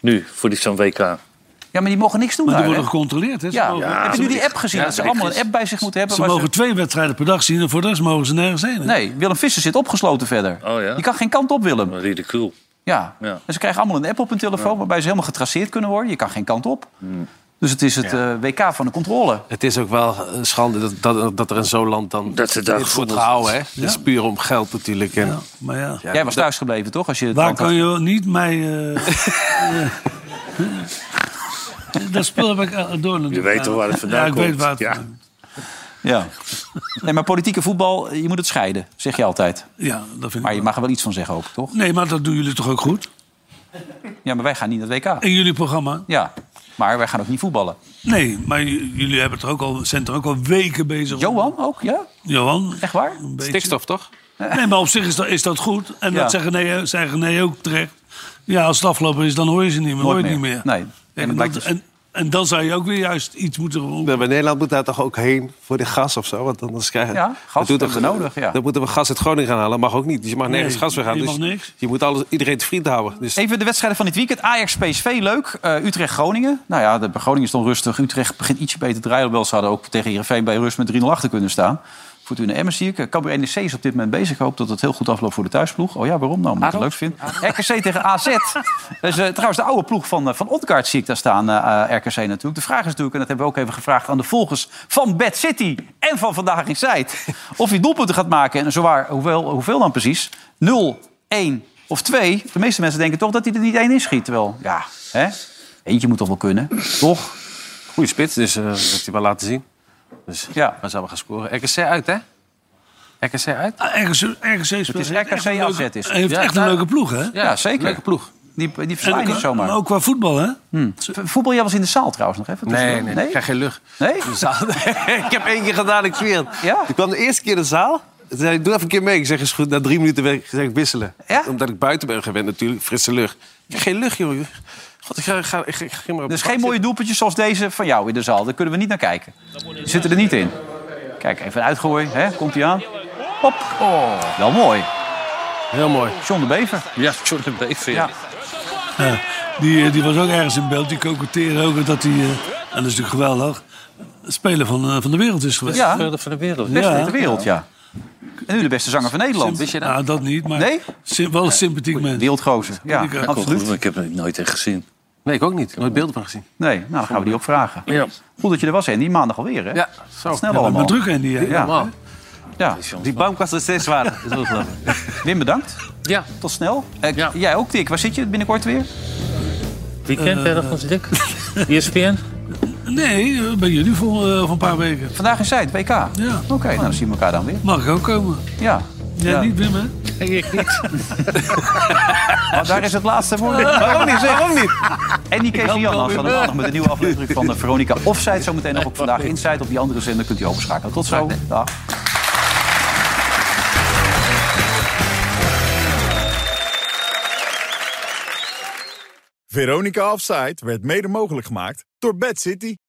Nu, voor die zo'n WK.
Ja, maar die mogen niks doen
Maar die
daar,
worden
hè?
gecontroleerd. Hè? Ze
Ja.
mogen-
Heb je nu die app gezien?
Ja,
dat ze
ik-
allemaal een app bij zich moeten hebben?
Ze
waar
mogen twee wedstrijden per dag zien en voor de rest mogen ze nergens heen. hè.
Nee, Willem Visser zit opgesloten verder.
Oh ja?
Die kan geen kant op, Willem.
Ridicule.
Ja.
Ja.
En ze krijgen allemaal een app op hun telefoon... waarbij ze helemaal getraceerd kunnen worden. Je kan geen kant op. Dus het is het eh, WK van de controle.
Het is ook wel een schande dat, dat, dat er in zo'n land dan
Dat ze daar
dit wordt
gevonden-
gehouden. Hè? Het is puur om geld natuurlijk. En,
Ja, maar ja.
Jij was thuisgebleven, toch? Als je het
Waar
land had-
kan je niet mij...
[laughs]
eh, eh, dat spul heb ik eh, [laughs] door.
Je weet toch waar het vandaan
ja, ik
komt?
Weet waar het
Ja.
vandaan komt.
Ja. Nee, maar politieke voetbal, eh, je moet het scheiden. Zeg je altijd.
Ja, dat vind ik
Maar je
wel.
mag er wel iets van zeggen ook, toch?
Nee, maar dat doen jullie toch ook goed?
Ja, maar wij gaan niet naar het WK.
In jullie programma?
Ja. Maar wij gaan ook niet voetballen.
Nee, maar j- jullie hebben het er ook al, zijn er ook al weken bezig. om-
Johan ook, ja?
Johan?
Echt waar?
een beetje.
Stikstof, toch?
Nee, maar op zich is dat, is dat goed. En
Ja.
dat zeggen nee, zeggen nee ook terecht. Ja, als het afgelopen is, dan hoor je ze niet meer. Hoor je het niet meer.
Nee. En
En,
het blijkt
dat-
dus-
en En dan zou je ook weer juist iets moeten roepen.
Ja, maar Nederland moet daar toch ook heen voor de gas of zo? Want anders krijgen
Ja, gas
dat
hebben we nodig, ja.
Dan moeten we gas uit Groningen gaan halen. Mag ook niet. Dus je mag nergens
Nee,
gas weer gaan.
je
Dus
mag niks.
Je moet alles, iedereen tevreden houden. Dus
Even de wedstrijden van dit weekend. Ajax PSV, leuk. Eh, Utrecht-Groningen. Nou ja, de, Groningen stond rustig. Utrecht begint ietsje beter te draaien. Hoewel ze hadden ook tegen Heerenveen bij rust met 3-0 achter kunnen staan. Fortuna Emmers zie ik. Eh, Cambuur NEC is op dit moment bezig. Ik hoop dat het heel goed afloopt voor de thuisploeg. Oh ja, waarom nou? Omdat ik het leuk vind. RKC tegen [laughs] AZ. Dat is eh, trouwens de oude ploeg van, eh, van Odgaard zie ik daar staan. eh, eh, RKC natuurlijk. De vraag is natuurlijk, en dat hebben we ook even gevraagd... aan de volgers van Bad City en van Vandaag in Zijt... of hij doelpunten gaat maken. En zowaar, hoeveel, hoeveel dan precies? 0, 1 of 2. De meeste mensen denken toch dat hij er niet één inschiet. Terwijl, ja, hè? eentje moet toch wel kunnen. Toch?
Goeie spits, dus eh, dat heeft hij wel laten zien. Dus
ja.
dan zouden we gaan scoren. RKC uit, hè? RKC uit?
RKC, RKC speelt
Het is
echt
RKC
een leuke-
AZ is het.
Heeft
Ja,
echt een
daar-
leuke ploeg, hè?
Ja, zeker.
Leuke ploeg.
Die, die
En
verslaan
ook-
niet zomaar.
maar ook qua voetbal, hè?
V- Voetbal, jij was in de zaal trouwens nog even.
Nee,
tussendoor.
nee, ik krijg geen lucht.
Dus- Nee?
De
[laughs]
zaal- [laughs] ik heb één keer gedaan, ik zweer het. Ik kwam de eerste keer in de zaal. Toen zei ik, doe even een keer mee. Ik zeg, is goed. Na drie minuten werd ik gezegd wisselen. Omdat ik buiten ben gewend natuurlijk, frisse lucht. Ik heb geen lucht, joh. God, ik ga, ga, ik ga, ik ga maar op
Dus
de bank
geen mooie doelpuntjes zoals deze van jou in de zaal. Daar kunnen we niet naar kijken. Die zitten er niet in. Kijk, even een uitgooi. Hè? Komt hij aan? Hop. Wel mooi.
Heel mooi.
John de Bever.
Ja, John de Bever.
Ja.
Ja, die, eh, die was ook ergens in beeld. Die koketeerde ook dat hij, eh, en dat is natuurlijk geweldig, speler van, eh, van de wereld is geweest.
Ja.
Speler van de wereld.
Beste van de wereld, ja. En nu de beste zanger van Nederland.
Wist je dat?
Nou, dat niet, maar sy- wel een sympathiek mens.
Wereldgozer, ja,
Sympathiek,
absoluut.
Maar ik heb er nooit echt gezien.
Nee, ik ook niet. Nooit beelden van gezien.
Nee, nou dan gaan we die opvragen. Goed dat je er was, Andy. Maandag alweer, hè?
Ja, zo.
Snel
Ja,
allemaal.
maar
druk, Andy, hè? eh,
Ja.
Normaal.
ja.
Die bankwas is steeds zwaarder. Dat is ongelooflijk.
[laughs] Wim, bedankt.
Ja.
Tot snel. Eh, Jij ook, Dick. Waar zit je binnenkort weer?
Weekend
Eh,
verder van Dick. ESPN.
Nee, eh, bij jullie voor, eh, voor een paar weken.
Vandaag is zij het WK. Ja. Oké, nou dan zien we elkaar dan weer.
Mag ik ook komen?
Ja.
Jij niet, Wim, hè?
Ik niet.
Maar Oh, daar is het laatste woord.
Waarom niet?
Waarom niet? En die Kees en Jan als dan maandag met een nieuwe aflevering van eh, Veronica Offside. Zometeen nog op Vandaag Inside. Op die andere zender kunt u overschakelen. Tot zo. Dag.
Veronica Offside werd mede mogelijk gemaakt door Bad City.